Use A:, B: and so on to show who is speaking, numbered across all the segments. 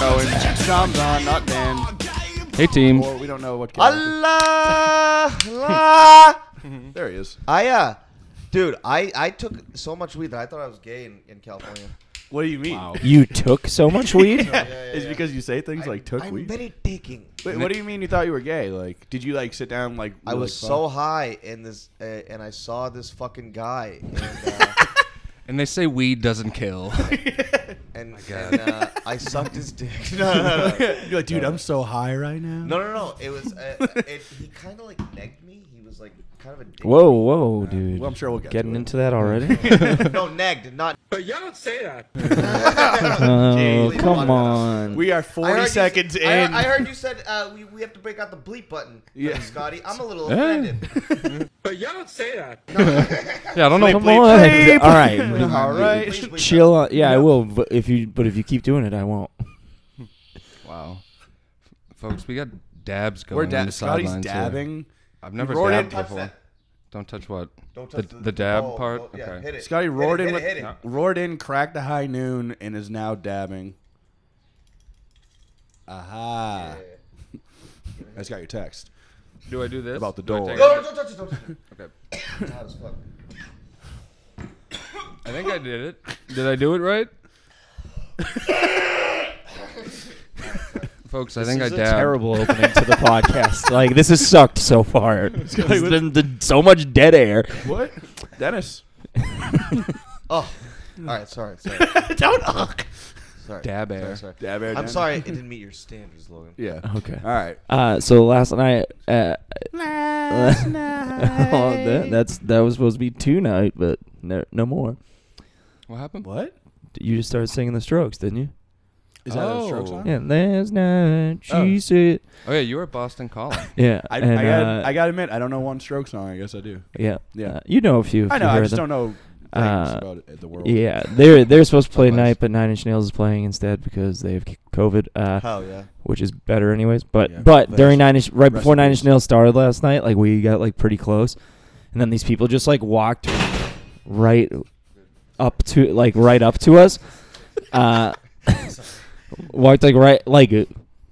A: know him. Shamdan, not named.
B: Hey team.
A: Or we don't know what. character.
C: Allah, Allah.
A: There he is.
C: I uh, dude, I I took so much weed that I thought I was gay in, in California.
A: What do you mean?
D: You took so much weed?
A: It's because you say things like took
C: I'm
A: weed.
C: very taking.
A: Wait, what do you mean you thought you were gay? Like, did you like sit down like?
C: I
A: really
C: was
A: fuck?
C: so high in this, uh, and I saw this fucking guy, and uh,
B: And they say weed doesn't kill.
C: and, and uh, I sucked his dick. No, no, no, no.
A: You're like, dude, I'm.
E: so high right now.
C: No, no, no. It was. Uh, it, he kind of like negged me. He was like kind of a. Dick.
D: Whoa, whoa, dude.
A: Well, I'm sure we'll get
D: Getting
A: to it.
D: into that already?
C: No, negged, not.
D: oh,
C: Jeez.
D: come on.
A: We are
C: I heard
A: 40
C: you-
A: seconds
C: I,
A: in.
C: I heard you said uh, we, we have to break out the bleep button,
A: Yeah.
C: Scotty. I'm a little
D: Yeah.
C: offended.
D: Yeah, I don't know. Come
A: bleep,
D: on.
A: bleep.
D: All right.
A: All right.
C: Please bleep that.
D: Chill. out. Yeah, I will. But if you, but if you keep doing it, I won't.
B: wow. Folks, we got dabs going.
A: We're
B: on
A: dab-
B: the
A: Scotty's
B: sidelines here.
A: dabbing.
B: I've never
A: roared
B: dabbed
A: in-
C: Touch
B: before.
C: that.
B: Don't touch what?
C: Don't
B: the,
C: touch
B: the dab
C: oh,
B: part.
C: oh, yeah,
B: okay.
C: hit it.
A: Scotty
C: Hit it,
A: roared
C: hit
A: in
C: it,
A: with
C: hit it.
A: roared in, cracked the high noon, and is now dabbing. Aha! I just got your text.
B: Do I do this
A: About the
B: Do I
A: door.
B: take
C: No,
B: it?
C: no, don't touch it. Don't touch it.
B: Okay.
C: Hot as fuck.
B: I think I did it. Did I do it right? Folks, I think I
D: This is a
B: dabbed.
D: terrible opening to the podcast. Like this has sucked so far. There's been the- so much dead air.
A: What, Dennis?
C: Oh, all right. Sorry, sorry,
D: Don't. Ugh.
C: sorry.
B: Dab air.
C: Sorry, sorry.
A: Dab air,
C: I'm
A: Dennis.
C: sorry. It didn't meet your standards, Logan.
A: Yeah.
D: Okay.
A: All right.
D: Uh, so last night. Uh, last night. that, that's that was supposed to be tonight, but no, no more.
B: What happened?
A: What
D: You just started singing the Strokes, didn't you?
A: is that? A stroke
B: Oh.
A: song?
D: Yeah, last night she
A: Oh.
D: said.
B: Oh yeah, you were Boston College.
D: Yeah,
A: I,
D: and,
A: I, gotta,
D: uh,
A: I gotta admit, I don't know one stroke song. I guess I do.
D: yeah,
A: Yeah.
D: uh, you know a few. if
A: I know.
D: you
A: I
D: heard
A: just
D: them.
A: don't know things
D: Uh,
A: about it, the world.
D: Yeah, they're they're supposed to play
A: Otherwise-
D: tonight, but Nine Inch Nails is playing instead because they have c- COVID, uh,
C: Oh yeah.
D: which is better anyways. But
A: Yeah,
D: but
A: but
D: during Nine Inch, right
A: rest
D: before
A: in
D: Nine Inch
A: peace.
D: Nails started last night, like we got like pretty close, and then these people just like walked right up to like right up to us, uh, walked like right like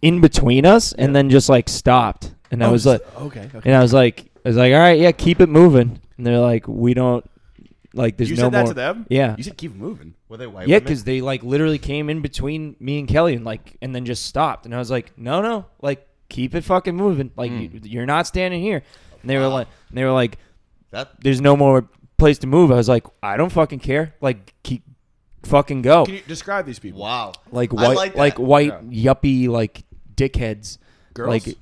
D: in between us, and then just like stopped, and I
A: Oh,
D: was
A: just-
D: like.
A: okay. okay.
D: And I was like, I was like, all right, yeah, keep it moving. And they're like, we don't, like, there's
A: you
D: no
A: said that
D: more.
A: to them?
D: Yeah.
A: You said keep moving.
C: Were they white?
D: Yeah,
C: women?
D: because they like literally came in between me and Kelly and like, and then just stopped. And I was like, no, no, like, keep it fucking moving. Like,
A: Hmm.
D: you, you're not standing here. And they were like, and they were like,
C: that
D: there's no more place to move. I was like, I don't fucking care. Like, keep fucking go.
A: Can you describe these people?
C: Wow.
D: like
C: I
D: white,
C: like
D: like,
C: that.
D: white yuppie, like dickheads.
A: Girls?
D: Like,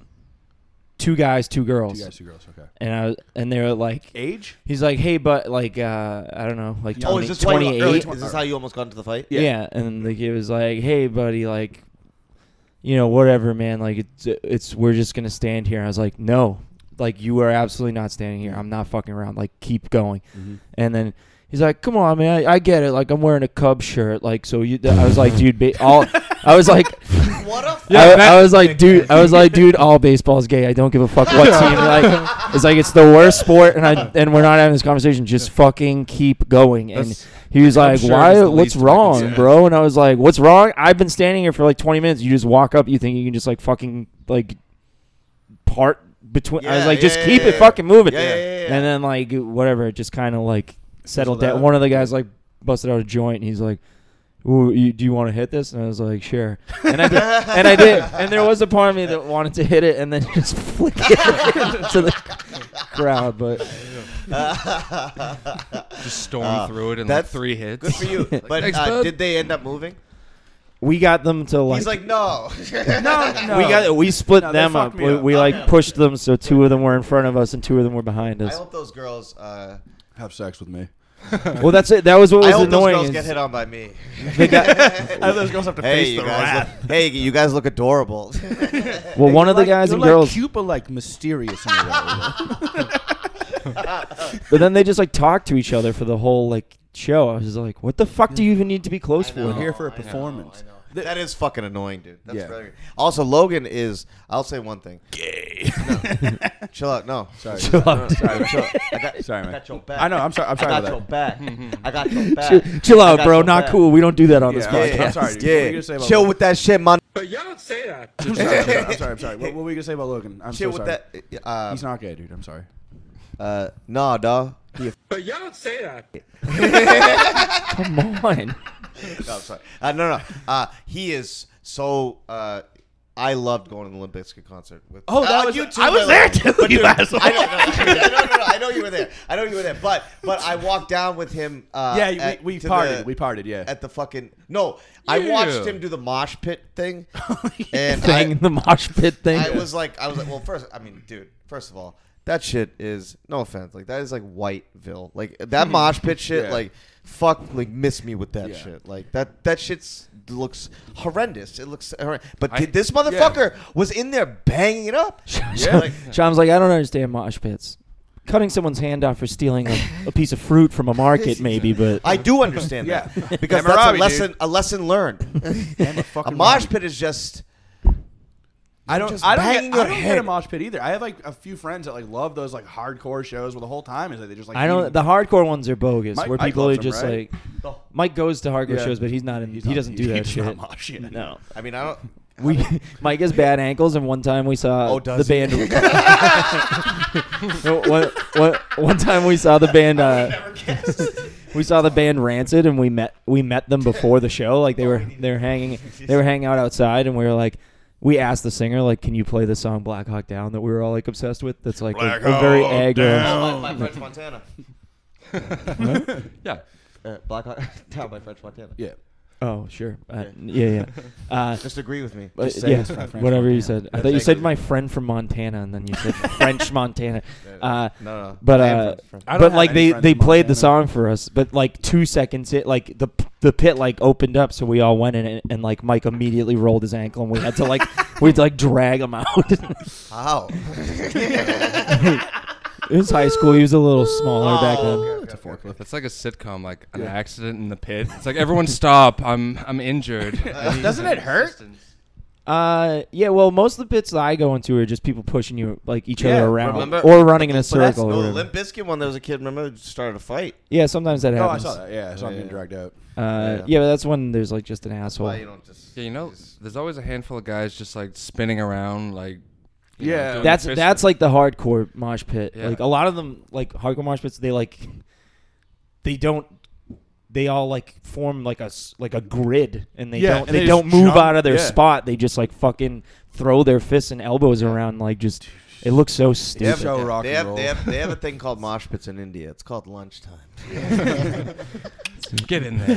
D: two guys, two girls.
A: You guys, two girls. Okay.
D: And I was, and they were like,
A: Age?
D: He's like, hey, but like, uh, I don't know, like
C: Oh,
D: 20,
C: is this why you,
D: 28.
C: early 20, Is this how you almost got into the fight?
D: yeah. and like it was like, hey, buddy, like, you know, whatever, man. Like, it's it's we're just gonna stand here. And I was like, no, like you are absolutely not standing here. I'm not fucking around. Like, keep going.
C: Mm-hmm.
D: And then he's like, come on, man, I, I get it. Like, I'm wearing a Cub shirt. Like, so you, I was like, dude, ba- all, I was like.
C: What a. F-
D: I, I was like, dude. I was like, dude. All baseball's gay. I don't give a fuck what team. Like, it's like it's the worst sport, and I and we're not having this conversation. Just fucking keep going. And
B: That's-
D: he was
B: I'm
D: like,
B: sure it is
D: why?
B: the
D: What's
B: least I can
D: wrong,
B: say.
D: bro? And I was like, what's wrong? I've been standing here for like 20 minutes. You just walk up. You think you can just like fucking like part between? I was
C: Yeah,
D: like, just
C: yeah,
D: keep
C: yeah,
D: it
C: yeah.
D: fucking moving.
C: Yeah, yeah, yeah, yeah.
D: And then like whatever, it just kind of like settled down.
A: out.
D: One of the guys like busted out a joint, and he's like. Ooh, you, do you want to hit this? And I was like, sure. And I did, and I did. And there was a part of me that wanted to hit it and then just flick it to the crowd. But
B: Just storm
C: Uh,
B: through it in like
C: that's
B: three hits.
C: Good for you. But
B: Thanks,
C: uh,
B: bud.
C: did they end up moving?
D: we got them to like.
C: He's like, no.
A: no.
D: we got we split
A: No, they
D: them
A: fucked
D: up.
A: me
D: We,
A: up.
D: we like
C: Okay.
D: pushed them so two of them were in front of us and two of them were behind
C: I
D: us.
C: hope those girls. Uh,
A: Have sex with me.
D: Well, that's it. That was what
C: I
D: was
C: hope those
D: annoying.
C: girls
D: is
C: get hit on by me.
D: they got-
A: I have those girls have to
C: Hey,
A: face
C: you
A: the
C: guys.
A: rat.
C: Look, hey, you guys look adorable.
D: well, one of the guys and girls,
A: Cuba like mysterious. In a way.
D: but then they just like talked to each other for the whole like show. I was just like, what the fuck do you even need to be close for?
A: We're here for a
C: I know,
A: performance.
C: I know. That is fucking annoying, dude. That's
A: Yeah.
C: very. Also, Logan is. I'll say one thing. Gay.
B: gay.
C: Chill out. No.
A: Sorry.
D: Chill
A: Chill
D: out,
C: No,
D: dude.
C: sorry, chill. I got,
B: Sorry,
C: I
B: man.
C: got your back.
B: I know. I'm sorry. I'm sorry.
C: I
B: about
C: got your
B: that.
C: back. I got your back.
D: Chill, chill
C: I
D: out,
C: got
D: bro.
C: your
D: Not
C: back.
D: cool. We don't do that on this
B: Yeah, I'm-
D: podcast.
B: I'm sorry. What were you
C: Yeah.
B: gonna say about
C: Chill
B: Logan?
C: with that shit, man.
B: I'm sorry. I'm sorry. I'm sorry. What, what were you gonna say about Logan? I'm
C: Chill
B: so
C: with
B: sorry.
C: that. Uh,
B: He's not gay, dude. I'm sorry.
C: Uh, nah, dog. He a-
D: Come on.
C: no, I'm sorry. Uh, no, no. Uh, he is so. Uh, I loved going to the Olympics concert with.
B: Oh, that
C: Uh,
B: was-
C: you too,
B: I was
C: Billy.
B: there too,
C: But
B: you
C: dude,
B: asshole.
C: I know, no, no, no, no, no, I know you were there. I know you were there. But but I walked down with him. Uh,
B: yeah,
C: at-
B: we, we
C: to
B: parted.
C: the-
B: we parted. Yeah.
C: at the fucking no. I watched
B: Yeah.
C: him do the mosh pit thing, and
D: thing,
C: I,
D: the mosh pit thing.
C: I was like, I was like, well, first, I mean, dude, first of all, that shit is no offense, like that is like Whiteville, like that mosh pit shit,
B: Hmm. Yeah.
C: like fuck, like miss me with that
B: Yeah.
C: shit, like that that shit's looks horrendous. It looks, horrend- but
B: I-
C: did this motherfucker was in there banging it up.
B: Yeah.
D: Like, Sean's like, I don't understand mosh pits. Cutting someone's hand off for stealing like, a piece of fruit from a market, maybe, but
C: I do understand that
B: Yeah.
C: because
B: Hammurabi,
C: that's a
B: dude.
C: lesson, a lesson learned.
B: a
C: a
B: fucking
C: mosh
B: Hammurabi.
C: pit is just.
B: I don't.
C: just
B: I don't,
C: banging
B: get,
C: your
B: I don't
C: head.
B: get a mosh pit either. I have like a few friends that like love those like hardcore shows where the whole time is like they just like
D: I don't.
B: eating-
D: The hardcore ones are bogus,
B: Mike-
D: where
B: Mike
D: people are
B: loves 'em,
D: just
B: right?
D: like. Mike goes to hardcore
B: Yeah.
D: shows, but he's not in.
B: He's
D: he
B: not-
D: doesn't do
B: he-
D: that
B: he's
D: shit.
B: not mosh, yeah.
D: No,
C: I mean, I don't.
D: we. Mike has bad ankles, and one time we saw
C: Oh,
D: the
C: does he?
D: band. No, one, one, one time we saw the band. Uh, we saw the band Rancid, and we met we met them before the show. Like they were they were hanging they were hanging out outside, and we were like. We asked the singer, like, "Can you play the song Black Hawk Down that we were all like obsessed with?" That's like a,
B: Black
D: a very
B: Hawk
D: aggro.
B: Down.
C: My, my French Montana.
B: yeah,
C: Uh, Black Hawk down by French Montana.
B: yeah.
D: Oh, sure. Uh, yeah, yeah. Uh,
C: Just agree with me.
D: but
B: say
D: yeah,
B: it's my French
D: whatever you
B: Montana.
D: said. I
C: Yeah,
D: thought you
C: thank
D: said
C: you.
D: my friend from Montana, and then you said French Montana. Uh,
C: No, no.
D: But
C: I am
D: uh,
C: friends- friends.
B: I don't
D: but
B: have
D: like
B: any
D: they,
B: friends
D: they
B: in
D: played the song
B: Montana.
D: for us, but like two seconds it like the the pit like opened up, so we all went in, and, and like Mike immediately rolled his ankle, and we had to like we had to like drag him out. it
C: How?
D: was high school. He was a little smaller back
C: Oh,
D: then.
C: okay, okay,
B: It's a
C: okay, okay.
B: forklift. It's like a sitcom, like an accident in the pit. It's like everyone stop. I'm I'm injured. Doesn't it hurt?
D: Uh, yeah. Well, most of the pits that I go into are just people pushing you like each
B: Yeah,
D: other around
C: remember-
D: or running in a
C: But that's no
D: circle. or
C: the
D: whatever.
C: Limp Bizkit one. There was a kid. Remember, that started a fight.
D: yeah, sometimes that
B: Oh, I
D: happens.
B: saw that. Yeah, I saw him
C: Yeah.
B: getting dragged out.
D: Uh,
C: Yeah.
D: yeah, but that's when there's like just an asshole.
C: Why you don't just?
B: Yeah, you know,
C: just-
B: there's always a handful of guys just like spinning around, like you know,
A: Yeah.
B: doing
D: that's
B: the fist
D: that's
B: thing.
D: like the hardcore mosh pit.
B: Yeah.
D: Like a lot of them, like hardcore mosh pits, they like they don't. They all like form like a s- like a grid, and they
B: Yeah,
D: don't
B: and
D: they,
B: they
D: don't
B: just
D: move
B: jump.
D: out of their
B: Yeah.
D: spot. They just like fucking throw their fists and elbows around. Like just it looks so
C: They have,
D: stupid.
B: Show rock
C: they,
B: and
C: have,
B: roll.
C: they, have, they have a thing called mosh pits in India. It's called lunchtime.
B: get in there.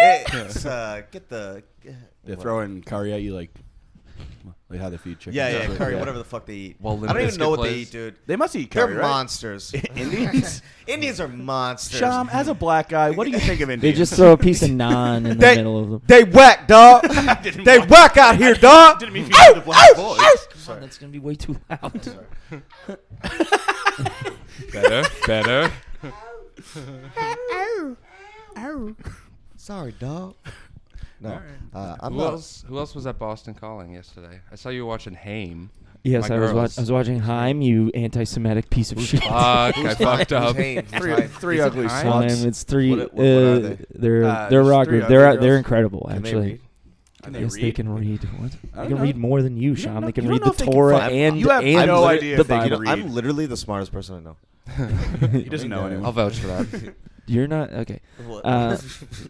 C: Hey, it's, uh, get the
A: They're throwing curry at you like, like how they feed chickens.
C: yeah yeah
A: That's what-
C: curry whatever the fuck they eat.
B: While Limp
C: I don't even
B: Bizkit
C: know what they
B: plays.
C: eat, dude.
B: They must eat
C: They're
B: curry, right?
C: monsters.
B: Indians?
C: Indians are monsters.
B: Sham, as a black guy, what do you think of Indians?
D: They just throw a piece of naan in the
C: They-
D: middle of them.
C: They whack, dog.
B: Didn't
C: they
B: watch-
C: whack out here, dog.
B: didn't mean for you to the black boys.
D: Come on, that's gonna be way too loud.
B: better, better.
C: Sorry, dog. No, uh, I'm
B: Who
C: not.
B: else? Who else was at Boston Calling yesterday? I saw you watching Haim.
D: Yes,
B: My
D: I was,
B: girls.
D: wa- I was watching Heim, you anti-Semitic piece of shit.
B: Fuck, I fucked up.
C: Who's Haim? Who's
B: Three,
C: Haim?
B: three
C: Is it
B: ugly
C: Haim?
D: Time,
B: sluts.
D: It's three.
C: What- what are
D: uh,
C: they?
D: They're
B: Uh,
D: they're a
B: just
D: rock
B: three
D: group. They're
B: ugly
D: they're
B: girls?
D: incredible
C: Can they
D: actually.
C: read?
B: Can
D: yes, they
B: read?
D: can read. What? They
A: don't
D: can
A: know.
D: read more than you,
A: don't
D: Sean.
A: know-
D: They can
A: you don't
D: read
A: know
D: the
A: if they can
D: Torah
A: fucking-
D: and
A: You have
D: and
A: no
D: the-
A: idea
D: the
A: if they can
C: You
D: Bible.
C: know,
A: read.
C: I'm literally the smartest person I know.
A: He doesn't know anyone.
B: I'll vouch for that.
D: You're not okay.
C: What?
D: Uh,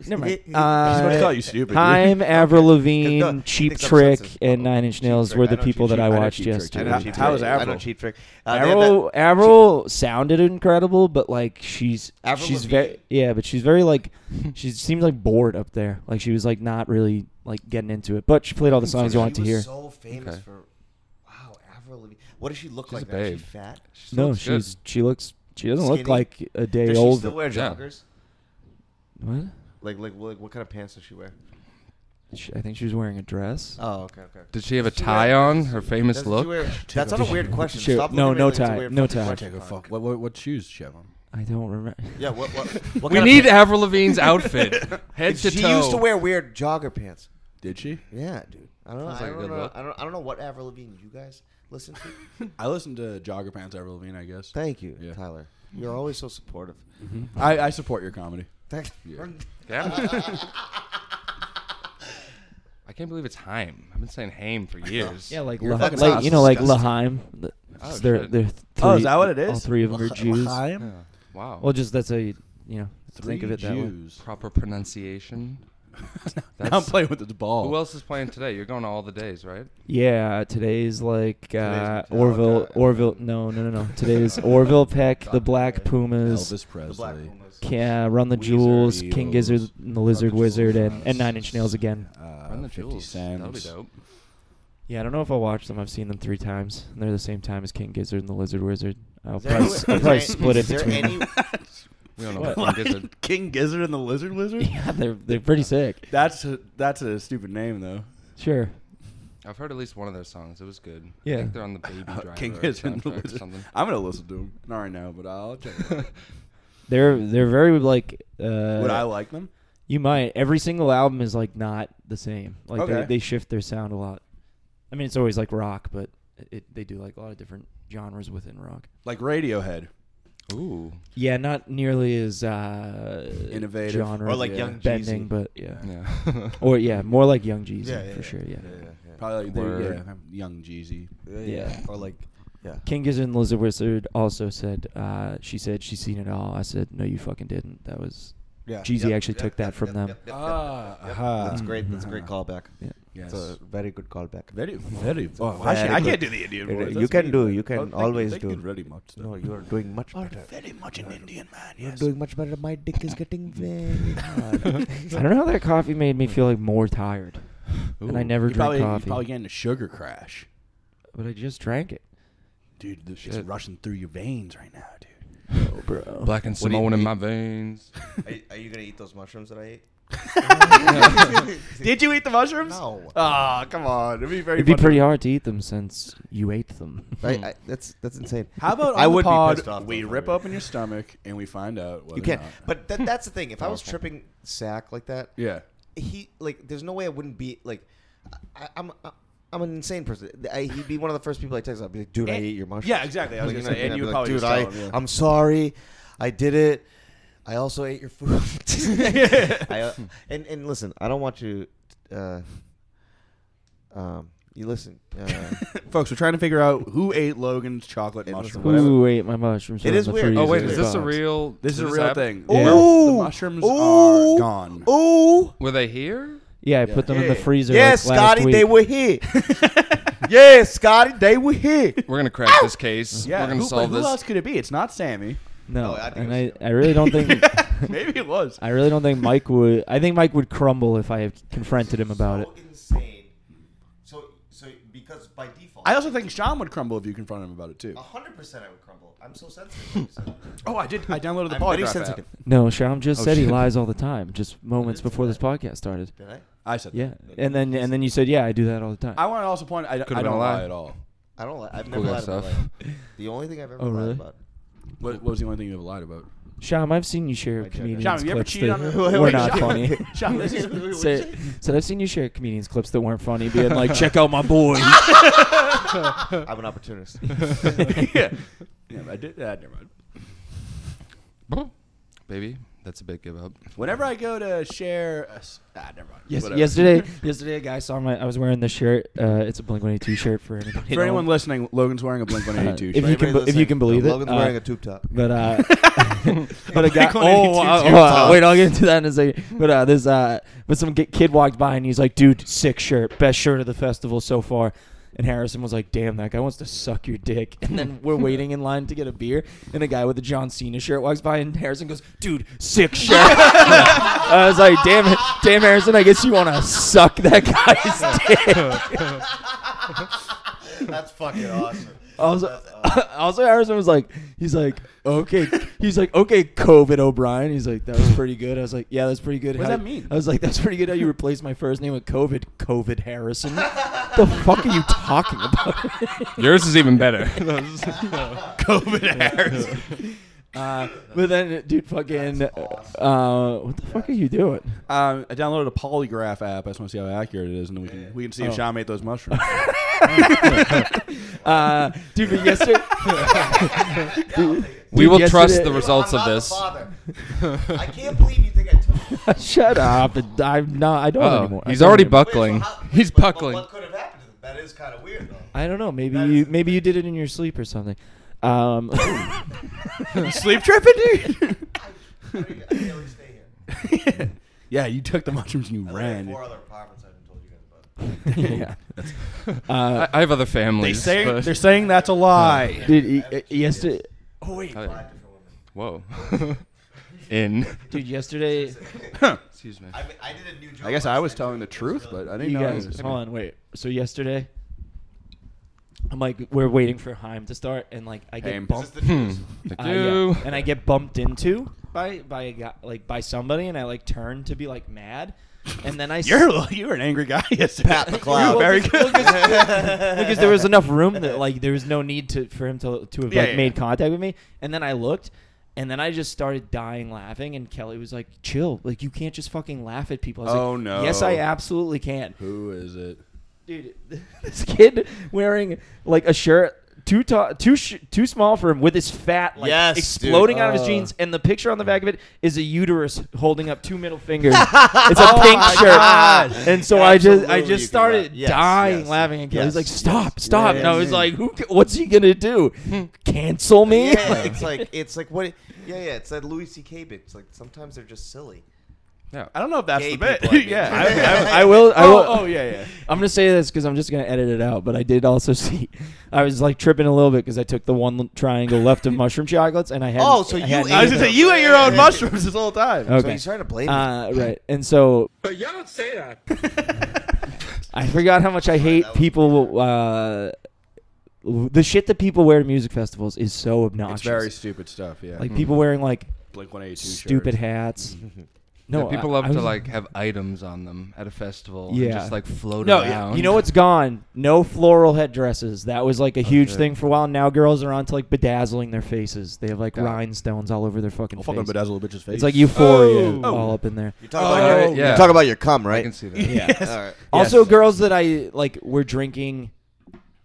D: never mind.
A: He's about to
D: Uh,
A: call you stupid. dude.
D: Haim, Avril
C: Cause
D: Lavigne,
C: no,
D: Cheap
C: it's
D: Trick,
C: obsessive.
D: and Nine Inch
C: Cheap
D: Nails
C: Trick.
D: were
C: I
D: the
C: know
D: people
C: Cheap
D: that I
C: Trick. I
A: know
D: watched
A: Cheap Trick, too.
D: yesterday.
A: I know Cheap
C: How
A: How
C: is
A: is
C: I
A: Avril?
C: don't cheat trick. Uh, they had
D: Avril, Avril sounded incredible, but like she's
C: Avril
D: she's
C: Lavigne?
D: very yeah, but she's very like she seemed like bored up there. Like she was like not really like getting into it. But she played all the
C: that-
D: songs
C: she
D: you wanted to
C: was
D: hear.
C: So famous
B: Okay.
C: for wow, Avril Lavigne. What does she look
B: She's
C: like?
B: a
C: now? Is
B: babe.
C: She fat.
B: She
D: no,
B: looks good.
D: she's she looks she doesn't look
C: Skinny?
D: like a day
C: Does she
D: old.
C: still wear
B: Yeah.
C: joggers?
D: what?
C: Like, like, like, what kind of pants does she wear?
D: She, I think she was wearing a dress.
C: Oh, okay, okay.
B: Did she have a
C: Does she
B: tie
C: wear-
B: on? Her famous
C: Does she
B: look.
C: wear- that's not a weird question.
D: She-
C: Stop
D: no,
C: looking at me
D: no
C: like it's a
D: tie,
C: weird
D: no
C: fucking
D: tie.
A: I
C: question.
A: take a fuck. What, what, what shoes did she have on?
D: I don't remember.
C: Yeah, what? what, what
B: We
C: kind
B: need
C: Of,
B: Avril Lavigne's outfit, head
C: pants-
B: to
C: she
B: toe.
C: used to wear weird jogger pants.
A: Did she?
C: Yeah, dude. I don't know.
B: Sounds
C: I,
B: like a
C: don't
B: good
C: know
B: look.
C: I don't. I don't know what Avril Lavigne you guys listen to.
A: I listened to Jogger Pants Avril Lavigne, I guess.
C: Thank you,
A: Yeah.
C: Tyler. You're always so supportive.
A: I, I support your comedy.
C: Thanks.
A: Yeah.
B: Yeah. I can't believe it's Haim. I've been saying Haim for years.
D: Yeah, like
A: You're
D: La-
A: fucking
D: like
A: sounds
D: you know, like
A: disgusting.
D: Laheim. The-
B: Oh,
D: they're,
B: shit.
D: they're three,
A: Oh, is that what it
D: All
A: is?
D: three of them are Jews.
A: L'chaim?
B: Yeah. Wow.
D: Well, just that's how you you know
A: Three
D: think of it that way.
A: Jews.
B: proper pronunciation.
A: now I'm playing with this ball.
B: Who else is playing today? You're going to all the days, right?
D: Yeah, today's like uh,
C: Metallica
D: Orville.
C: and-
D: Orville. No, no, no, no. Today's Orville Peck, the
C: God,
D: Black
C: right.
A: Elvis
D: Pumas,
C: The Black
A: Presley.
C: Pumas.
D: Ca- Run the
A: Weezer,
D: Jewels, King
A: Eagles,
D: Gizzard, and the Lizard
A: Run the
D: Wizard, and,
A: Jewels.
D: and Nine Inch Nails again.
A: Uh,
B: Run the
A: 50
B: jewels. That'll be
A: Cent.
B: dope.
D: Yeah, I don't know if I'll watch them. I've seen them three times, and they're the same time as King Gizzard and the Lizard Wizard. I'll
C: Is there
D: probably,
C: any-
D: s- I'll
C: is
D: probably
C: there-
D: split it
C: is there
D: between.
C: any-
D: them.
B: We don't know
D: What?
B: about King Gizzard.
A: King Gizzard and the Lizard Wizard?
D: yeah, they're they're pretty sick.
A: That's a, that's a stupid name, though.
D: Sure.
B: I've heard at least one of their songs. It was good. I
D: Yeah.
B: think they're on the Baby Driver
A: King Gizzard and the
B: soundtrack or
A: Lizard.
B: something.
A: I'm going to listen to him. Not right now, but I'll check it out.
D: They're they're very like. Uh,
A: Would I like them?
D: You might. Every single album is like not the same. Like
A: Okay.
D: they, they shift their sound a lot. I mean, it's always like rock, but it, they do like a lot of different genres within rock.
A: Like Radiohead.
B: Ooh.
D: Yeah, not nearly as uh,
A: Innovative.
D: genre
C: Or like
A: Yeah.
C: Young Jeezy.
D: bending, but yeah.
B: Yeah.
D: or yeah, more like Young Jeezy
C: Yeah, yeah,
D: for sure. Yeah.
C: Yeah, yeah,
A: Probably like they're,
B: Word.
A: yeah, Young Jeezy.
C: yeah.
D: Yeah.
C: Or like, yeah.
D: King Gizzard and Lizard Wizard also said uh, she said she's seen it all. I said no, you fucking didn't. That was
C: Yeah.
D: Jeezy actually took that from them.
A: Ah,
C: yep.
A: aha. Mm-hmm.
C: That's great. That's a great callback.
D: yeah.
A: Yes.
C: It's a very good callback.
A: very, very. Oh,
C: very
A: actually, I
C: good-
A: can't do the Indian
C: It-
A: voice.
C: you
A: That's
C: can
A: weird.
C: do- you
A: Oh,
C: can
A: thank
C: always
A: thank
C: do.
A: you Very much.
C: No, you're doing much
A: You're
C: better.
A: very much an Indian man.
C: You're
A: Yes.
C: doing much better. My dick is getting very hard.
D: I don't know how that coffee made me feel like more tired, and I
B: Ooh.
D: never
A: you
D: drink
A: probably, you
D: coffee.
A: probably getting a sugar crash,
D: but I just drank it.
A: dude. This
B: Shit.
A: shit's rushing through your veins right now, dude.
D: Oh, bro.
B: Black and
C: What do you
B: Samoan in
C: eat?
B: my veins.
C: Are you, are you gonna eat those mushrooms that I ate?
A: Did you eat the mushrooms?
C: No.
A: Ah, come on. It'd be very.
D: It'd be
A: funny.
D: pretty hard to eat them since you ate them.
C: I, I, that's that's insane.
A: How about on
C: I
A: the
C: would be
A: pod,
C: pissed off,
A: we
C: though, if I
A: rip
C: were you.
A: open your stomach and we find out. Whether
C: You can't.
A: Or not.
C: But that, that's the thing. If I was
B: Powerful.
C: tripping sack like that,
A: yeah,
C: he like there's no way I wouldn't be like I, I'm I'm an insane person. I, he'd be one of the first people I text. I'd be like, dude, I
A: And-
C: ate your mushrooms.
A: yeah, exactly. I was
C: Like,
A: gonna say,
C: you
A: and
C: know, I'd
A: you
C: be
A: would
C: like,
A: probably
C: dude,
A: just
C: I
A: tell him, yeah.
C: I'm sorry, I did it. I also ate your food. I, uh, and and listen, I don't want you. Uh, um, you listen. Uh,
A: folks, we're trying to figure out who ate Logan's chocolate
C: It was
A: mushrooms.
C: whatever.
D: Who ate my mushrooms?
C: It
D: from
C: is
D: the
C: weird.
D: freezer
B: Oh, wait.
C: Jesus.
B: Is this a
D: box?
B: real?
A: This is
B: did
A: a
B: this
A: real
B: happen?
A: thing.
D: Yeah.
A: The-
C: Ooh.
A: the mushrooms
C: Ooh.
A: are gone.
C: oh
B: Were they here?
D: Yeah, I put them in the
A: Yeah.
D: freezer.
C: yes,
D: like, last
C: Scotty, they
D: week.
C: were here. yes, Scotty, they were here.
B: We're gonna crack this case.
A: Yeah,
B: We're gonna
A: who, but
B: solve
A: who
B: this.
A: else could it be? It's not Sammy.
D: No,
C: Oh, I think
D: and I,
C: it was-
D: I really don't think
A: Maybe it was.
D: I really don't think Mike would. I think Mike would crumble if I had confronted him about it.
C: so Insane. So so because by default,
A: I also think Sean would crumble if you confronted him about it too.
C: hundred percent I would crumble. I'm so sensitive.
A: Oh, I did. I downloaded the
C: I'm very
A: polygraph app.
C: sensitive.
D: No, Sham just
B: Oh,
D: said he
B: shit.
D: lies all the time, just moments
C: did say
D: before this
C: that.
D: podcast started.
C: Did I?
A: I said.
D: Yeah,
A: That.
D: and then and then you said, yeah, I do that all the time.
A: I want to also point. I, I
B: Could've been
A: don't
B: a
A: lie.
B: lie.
A: at all.
C: I don't. Lie. I've
B: Cool
C: never
B: guy
C: lied in my
B: stuff.
C: life. The only thing I've ever
D: Oh, really?
C: lied about.
A: What, what was the only thing you ever lied about?
D: Sham, I've seen you share
C: I checked it.
D: comedians
A: Sean, have you ever
D: clips
A: cheated
D: that
A: on her?
C: Wait,
D: were
C: wait,
D: not
C: Sean-
D: funny.
A: Sean, this is-
D: said, said I've seen you share comedians clips that weren't funny, being like, check out my boy.
C: I'm an opportunist.
A: yeah. yeah, but I did that. Never mind.
B: Baby, that's a big give up.
A: Whenever I go to share, a s ah, never mind.
D: Yes,
A: Whatever.
D: yesterday, yesterday, a guy saw my. I was wearing this shirt. Uh, it's a Blink One Eight Two shirt for anybody.
A: For
D: at
A: anyone
D: home.
A: listening, Logan's wearing a Blink One Eighty Two
D: If you
A: shirt.
D: can be- if you can believe it,
C: Logan's
D: uh,
C: wearing a tube top.
D: but uh, but a guy.
A: Blink-182
D: Oh, uh,
A: tube
D: uh,
A: top.
D: wait, I'll get into that in a second. But uh, this uh, but some g- kid walked by and he's like, "Dude, sick shirt, best shirt of the festival so far." And Harrison was like, "Damn, that guy wants to suck your dick." And then we're waiting in line to get a beer, and a guy with a John Cena shirt walks by, and Harrison goes, "Dude, sick shirt." I was like, "Damn it, damn Harrison, I guess you want to suck that guy's dick."
C: That's fucking awesome.
D: Also, also Harrison was like, he's like, okay, he's like, okay, COVID O'Brien. He's like, that was pretty good. I was like, yeah, that's pretty good.
A: What does
D: How-
A: that mean?
D: I was like, that's pretty good. How you replaced my first name with COVID, COVID Harrison. the fuck are you talking about?
B: Yours is even better.
A: COVID Harris.
D: Uh, but then, dude, fucking, uh, what the fuck are you doing?
A: Um, I downloaded a polygraph app. I just want to see how accurate it is, and then we can we can see if
D: Oh.
A: Sean ate those mushrooms.
D: Uh, dude, but yesterday,
B: we will trust
D: yesterday-
B: the results
C: I'm
B: of
C: not the
B: this.
C: father. I can't believe you think I took. Wait,
D: shut up. I'm not. I don't
B: Uh-oh.
D: anymore. I
B: Oh, He's
D: don't
B: already
D: anymore.
B: buckling.
C: so how-
B: He's
C: but- but
B: buckling.
C: What could have happened to them? That is kind of weird, though.
D: I don't know. Maybe
C: That
D: you.
C: is-
D: Maybe you did it in your sleep or something. Um,
A: Sleep tripping, dude.
C: I mean, I can't really stay here.
A: yeah, you took the mushrooms and you
C: I live in
A: ran.
C: Four other apartments I haven't told you guys about.
D: yeah.
B: I, I have other families. but-
A: saying that's a lie.
D: Dude, e- e- yesterday.
A: Oh wait,
B: Oh, yeah.
C: Five different women.
B: Whoa. In.
D: Dude, yesterday.
B: Excuse me.
C: I, mean, I did a new joke.
A: I guess
C: last
A: I was
C: night,
A: telling the
C: too. It was
A: truth,
C: really-
A: but I didn't
D: You
A: know. it
D: guys,
A: was-
D: hold on, wait. So yesterday, I'm like, we're waiting for Heim to start, and like, I get
A: Haim.
C: Is
D: bumped.
C: this
B: Hmm.
C: the news?
B: Like,
D: Uh,
B: do.
D: yeah. And I get bumped into by by a guy, like by somebody, and I like turn to be like mad, and then I s-
A: You're you're an angry guy. Yes, Pat
C: McCloud.
A: very
D: Well, 'cause-
A: good.
D: well, 'cause- because there was enough room that like there was no need to for him to to have
A: Yeah,
D: like
A: yeah,
D: made
A: yeah.
D: contact with me. And then I looked, and then I just started dying laughing. And Kelly was like, "Chill, like you can't just fucking laugh at people." I was
A: Oh,
D: like,
A: no.
D: Yes, I absolutely can,
A: Who is it?
D: dude. This kid wearing like a shirt. Too tall, too sh- too small for him, with his fat like
C: Yes, dude. Oh.
D: exploding out of his
A: Uh.
D: jeans, and the picture on the back of it is a uterus holding up two middle fingers. it's a pink
C: Oh my
D: shirt,
C: God.
D: and so I just I
C: Absolutely you
D: just
C: can
D: started
C: laugh. Yes,
D: dying
C: yes,
D: laughing. And Kelly's
C: yes,
D: like,
C: yes.
D: "Stop, stop!"
C: yeah,
D: and I was
C: yeah.
D: like, "Who? ca- What's he gonna do? Cancel me?"
C: Yeah,
D: Like-
C: it's like it's like what? Yeah, yeah. It's that Louis C.K. bit. It's like sometimes they're just silly.
B: Yeah.
A: I don't know if that's
C: Gay
A: the bit.
C: people, I mean.
A: yeah,
D: I will. I will.
A: oh, oh yeah, yeah.
D: I'm gonna say this because I'm just gonna edit it out. But I did also see, I was like tripping a little bit because I took the one triangle left of mushroom chocolates, and I had.
C: Oh, so you
D: had
C: ate
A: I was gonna say you ate your own mushrooms this whole time.
D: Okay.
C: So he's trying to blame. me.
D: Uh, right, and so. But y'all don't say that. I forgot how much I hate
C: that was
D: people. Uh, the shit that people wear to music festivals is so obnoxious.
A: It's very stupid stuff. Yeah,
D: like people wearing like
A: Blink One Eighty Two.
D: stupid hats.
B: No,
D: No, I-
B: people
D: I
B: love to
D: was-
B: like have items on them at a festival.
D: Yeah.
B: And just like float
D: No,
B: around.
D: you know what's gone? No floral headdresses. That was like a huge
B: Okay.
D: thing for a while. Now girls are onto like bedazzling their faces. They have like
B: Got it.
D: rhinestones all over their fucking face.
A: fucking bedazzle a bitch's face.
D: It's like euphoria
A: Oh.
D: all up in there.
C: You're talking
A: Oh,
C: about your,
B: yeah.
C: you're talking about your cum,
B: I
C: right?
B: can see that.
A: Yeah.
C: All right.
D: Also, girls that I like were drinking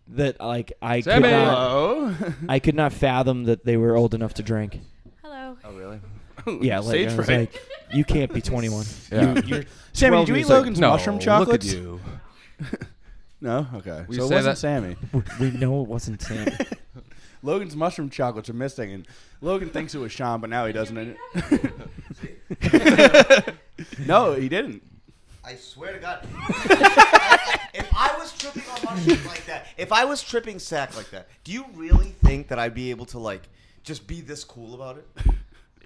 D: that like I could
B: Sammy!
D: not,
A: Hello.
D: I could not fathom that they were old enough to drink.
E: Hello.
B: Oh really?
D: Yeah, like,
A: Sage
D: I was
A: Frank.
D: like you can't be 21.
B: Yeah.
D: You, are
A: Sammy, did you eat Logan's
B: no,
A: mushroom
B: Look at
A: chocolates?
B: you.
A: No. Okay.
B: We
A: so it
B: say
A: wasn't
B: that-
A: Sammy.
D: we know it wasn't Sam.
A: Logan's mushroom chocolates are missing, and Logan thinks it was Sean, but now he doesn't. and it- no, he didn't.
C: I swear to God. if I was tripping on mushrooms like that, if I was tripping sack like that, do you really think that I'd be able to like just be this cool about it?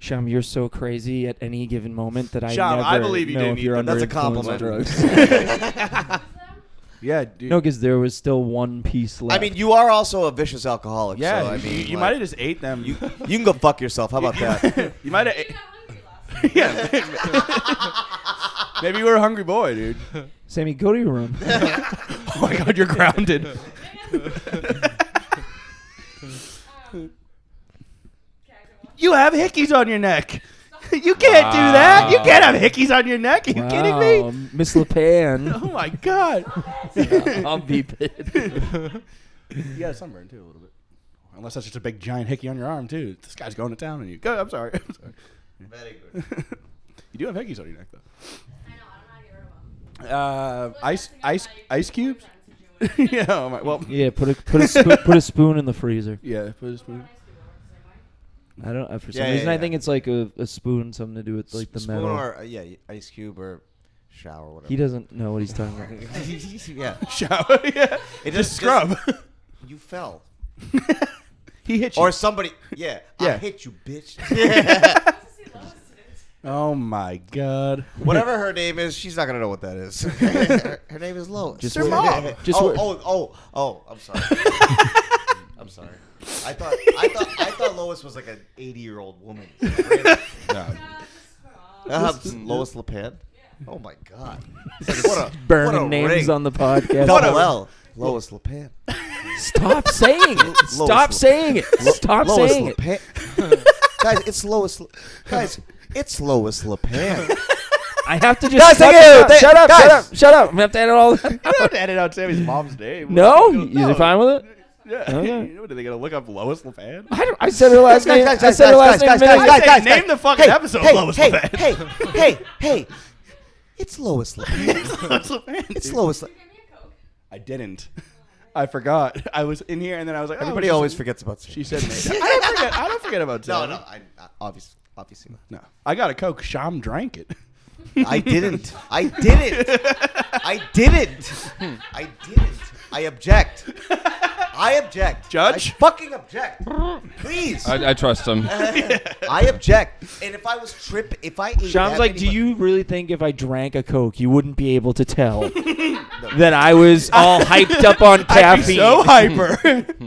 D: Sham, you're so crazy at any given moment that I
A: Sham,
D: never
A: I believe you
D: know
A: didn't
D: if
A: eat
D: you're
A: them.
D: under
C: That's a
D: influence of
C: compliment.
D: drugs.
A: Yeah, dude.
D: No, because there was still one piece
C: I
D: left.
C: mean, you are also a vicious alcoholic.
A: yeah,
C: so, I
A: you-
C: mean,
A: you,
C: like,
A: might have just ate them. You,
C: You can go fuck yourself. How about that?
A: you might
E: You
A: have.
E: got hungry last night.
A: Yeah. Maybe you were a hungry boy, dude.
D: Sammy, go to your room.
A: Oh my god, you're grounded.
E: Um, okay, I got one.
A: You have hickeys on your neck. You can't do that. You
B: Wow.
A: can't have hickeys on your neck. Are you kidding me?
D: Um, Miss LePan?
A: Oh my god.
D: I'll beep it.
A: You got a sunburn too a little bit. Unless that's just a big giant hickey on your arm too. This guy's going to town on you. Go. I'm sorry. I'm sorry.
C: Very good.
A: You do have hickeys on your neck though.
E: I know, I don't know how to get rid of them.
A: Uh, ice,
E: Really, I
A: ice,
E: think I
A: ice
E: might use
A: cubes.
E: my friends to do it.
A: yeah. Oh my. Well.
D: Yeah, put a put a spo- put a spoon in the freezer.
A: Yeah. Put a
E: Why don't
A: spoon.
E: I do it the same way?
D: I don't. uh, For some
C: Yeah, yeah,
D: reason, I
C: yeah.
D: think it's like a, a spoon, something to do with like the
C: Spoon
D: metal.
C: or uh, yeah, ice cube or shower, whatever.
D: he doesn't know what he's talking about.
C: yeah,
A: Shower. Yeah.
C: It
A: just
C: just-
A: scrub.
C: you fell.
A: he hit you.
C: Or somebody, yeah, I
A: Yeah.
C: hit you, bitch.
E: I want to see Lois do it.
A: oh my god.
C: Whatever her name is, she's not gonna know what that is. her, her name is Lois.
D: Just
A: Her mom.
D: Just
C: oh,
D: wait.
C: oh, oh, oh, I'm sorry. I'm sorry. I thought I thought I thought Lois was like an 80 year old woman.
A: No.
E: Uh, just scroll.
C: Uh, Lois LePan. Oh my god. It's like, what a
D: Burning
C: what a
D: names
C: ring.
D: on the podcast.
C: double L. Lois LePan.
D: Stop saying it.
C: Lois
D: Stop
C: Le-
D: saying it. Stop
C: Lois
D: saying it.
C: LePan. guys, it's Lois. Guys, it's Lois LePan.
D: I have to
C: Guys,
D: just cut
C: thank you.
D: this out.
C: Thank-
D: shut up, shut
C: guys.
D: up, shut up. I'm gonna have to edit all that.
A: You don't have to edit out Sammy's mom's name.
D: No?
A: You
D: Is it fine with it?
A: Yeah.
D: Okay.
A: You know, are they gonna look up Lois LeFan?
D: I, don't- I said her last
C: Guys,
D: name.
C: guys,
D: I
C: guys,
D: said her last
C: guys, guys, guys,
D: name. a minute
C: guys,
D: ago.
C: guys, guys,
A: name the fucking
C: hey,
A: episode
C: hey,
A: Lois
C: hey,
A: LePan.
C: hey, hey, hey, It's Lois LePan.
A: Lois LeFan.
C: It's Lois. Le-
E: Give me a Coke.
A: I didn't. I forgot. I was in here and then I was like, oh,
C: Everybody
A: she
C: always
A: said-
C: forgets about
A: She said me. I don't forget. I don't forget about
C: No,
A: Sammy.
C: no, I, I obviously, obviously not.
A: No. I got a Coke. Sham drank it.
C: I didn't. I didn't. I didn't. I didn't. I object. I object.
A: Judge?
C: I fucking object. Please. I,
B: I, I trust him.
C: object. And if I was trip, if I ate
D: Sean's
C: that
D: like,
C: many
D: do
C: mu-
D: you really think if I drank a Coke, you wouldn't be able to tell that I was all hyped up on
A: I'd
D: caffeine?
A: be so hyper.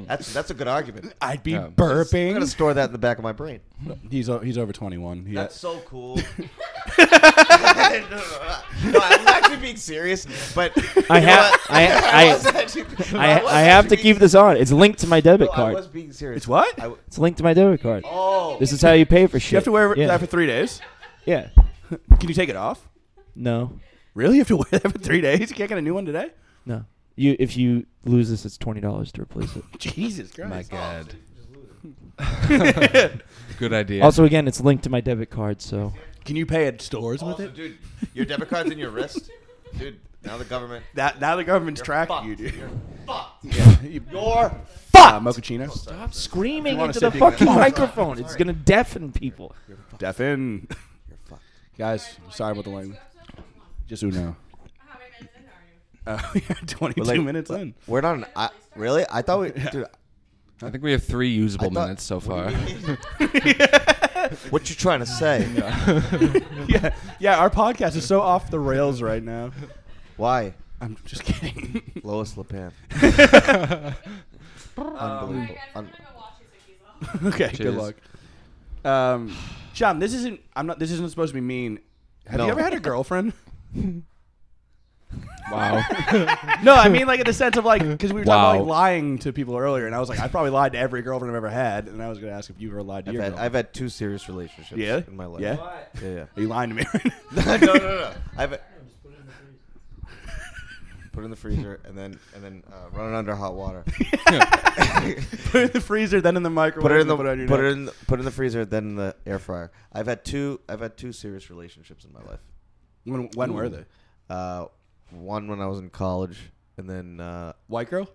C: That's that's a good argument.
A: I'd be
B: Yeah.
C: I'm gonna
A: burping.
C: store that in the back of my brain.
A: He's o- he's over twenty one. Yeah.
C: That's so cool. no, I'm actually being serious, but
D: I
C: you know
D: have-
C: what?
D: I- I-
C: was actually-
D: I,
C: was
D: I have to
C: actually
D: keep this on. It's linked to my debit
C: being- no, I was
D: card.
C: being serious.
A: It's what?
C: I w-
D: It's linked to my debit card.
C: oh,
D: This is how you pay for shit.
A: you have to wear
D: yeah.
A: that for three days.
D: yeah.
A: Can you take it off?
D: No.
A: Really? You have to wear that for three days? You can't get a new one today?
D: No. You if you lose this, it's twenty dollars to replace it.
A: Jesus Christ.
B: My God. Good idea.
D: Also, again, it's linked to my debit card,
A: Oh.
D: so
A: Can you pay at stores
C: Also,
A: with it?
C: Oh, dude, your debit card's in your wrist, dude. Now the government.
A: That, now the government's tracking
C: fucked.
A: you, dude.
C: You're fucked.
A: you,
C: You're
A: uh, mochaccino.
D: stop screaming
A: wanna
D: into
A: say
D: the
A: big man-
D: fucking
A: Oh,
D: microphone. It's gonna deafen people.
A: Deaf in.
C: You're fucked.
A: Guys,
E: Alright,
A: sorry about the
E: 22
A: language.
E: episodes? Come on.
A: Just uno.
E: How many minutes in are you?
A: Uh, we are 22
C: We're like-
A: minutes in.
C: We're not an. I, really? I thought we. Dude,
B: I think we have three
C: I
B: usable
C: thought-
B: minutes so far.
C: what you trying to say?
A: yeah, yeah. Our podcast is so off the rails right now.
C: Why?
A: I'm just kidding.
C: Lois LePan.
E: Alright,
C: Unbelievable.
E: guys, I'm
C: Un-
E: gonna go watch these cookies off.
A: okay, good
B: Cheers.
A: luck. Um, Sean, this isn't. I'm not. This isn't supposed to be mean. Have
C: No.
A: you ever had a girlfriend?
B: wow.
A: no, I mean like in the sense of like because we were talking about like,
B: Wow.
A: lying to people earlier, and I was like, I probably lied to every girlfriend I've ever had, and I was gonna ask if you ever lied to
C: I've
A: your
C: had,
A: girlfriend.
C: I've had two serious relationships
A: yeah,
C: in my life.
A: Yeah,
C: Yeah,
A: are you lying to me? Right now?
C: yeah. no, no, no, no. I've had- put it in the freezer and then and then uh, run it under hot water.
A: put it in the freezer, then in the microwave.
C: put it in the
A: and on your
C: put
A: neck.
C: it in the, put it in the freezer, then in the air fryer. I've had two I've had two serious relationships in my life.
A: When, when were they?
C: Uh, one when I was in college, and then uh,
A: White girl?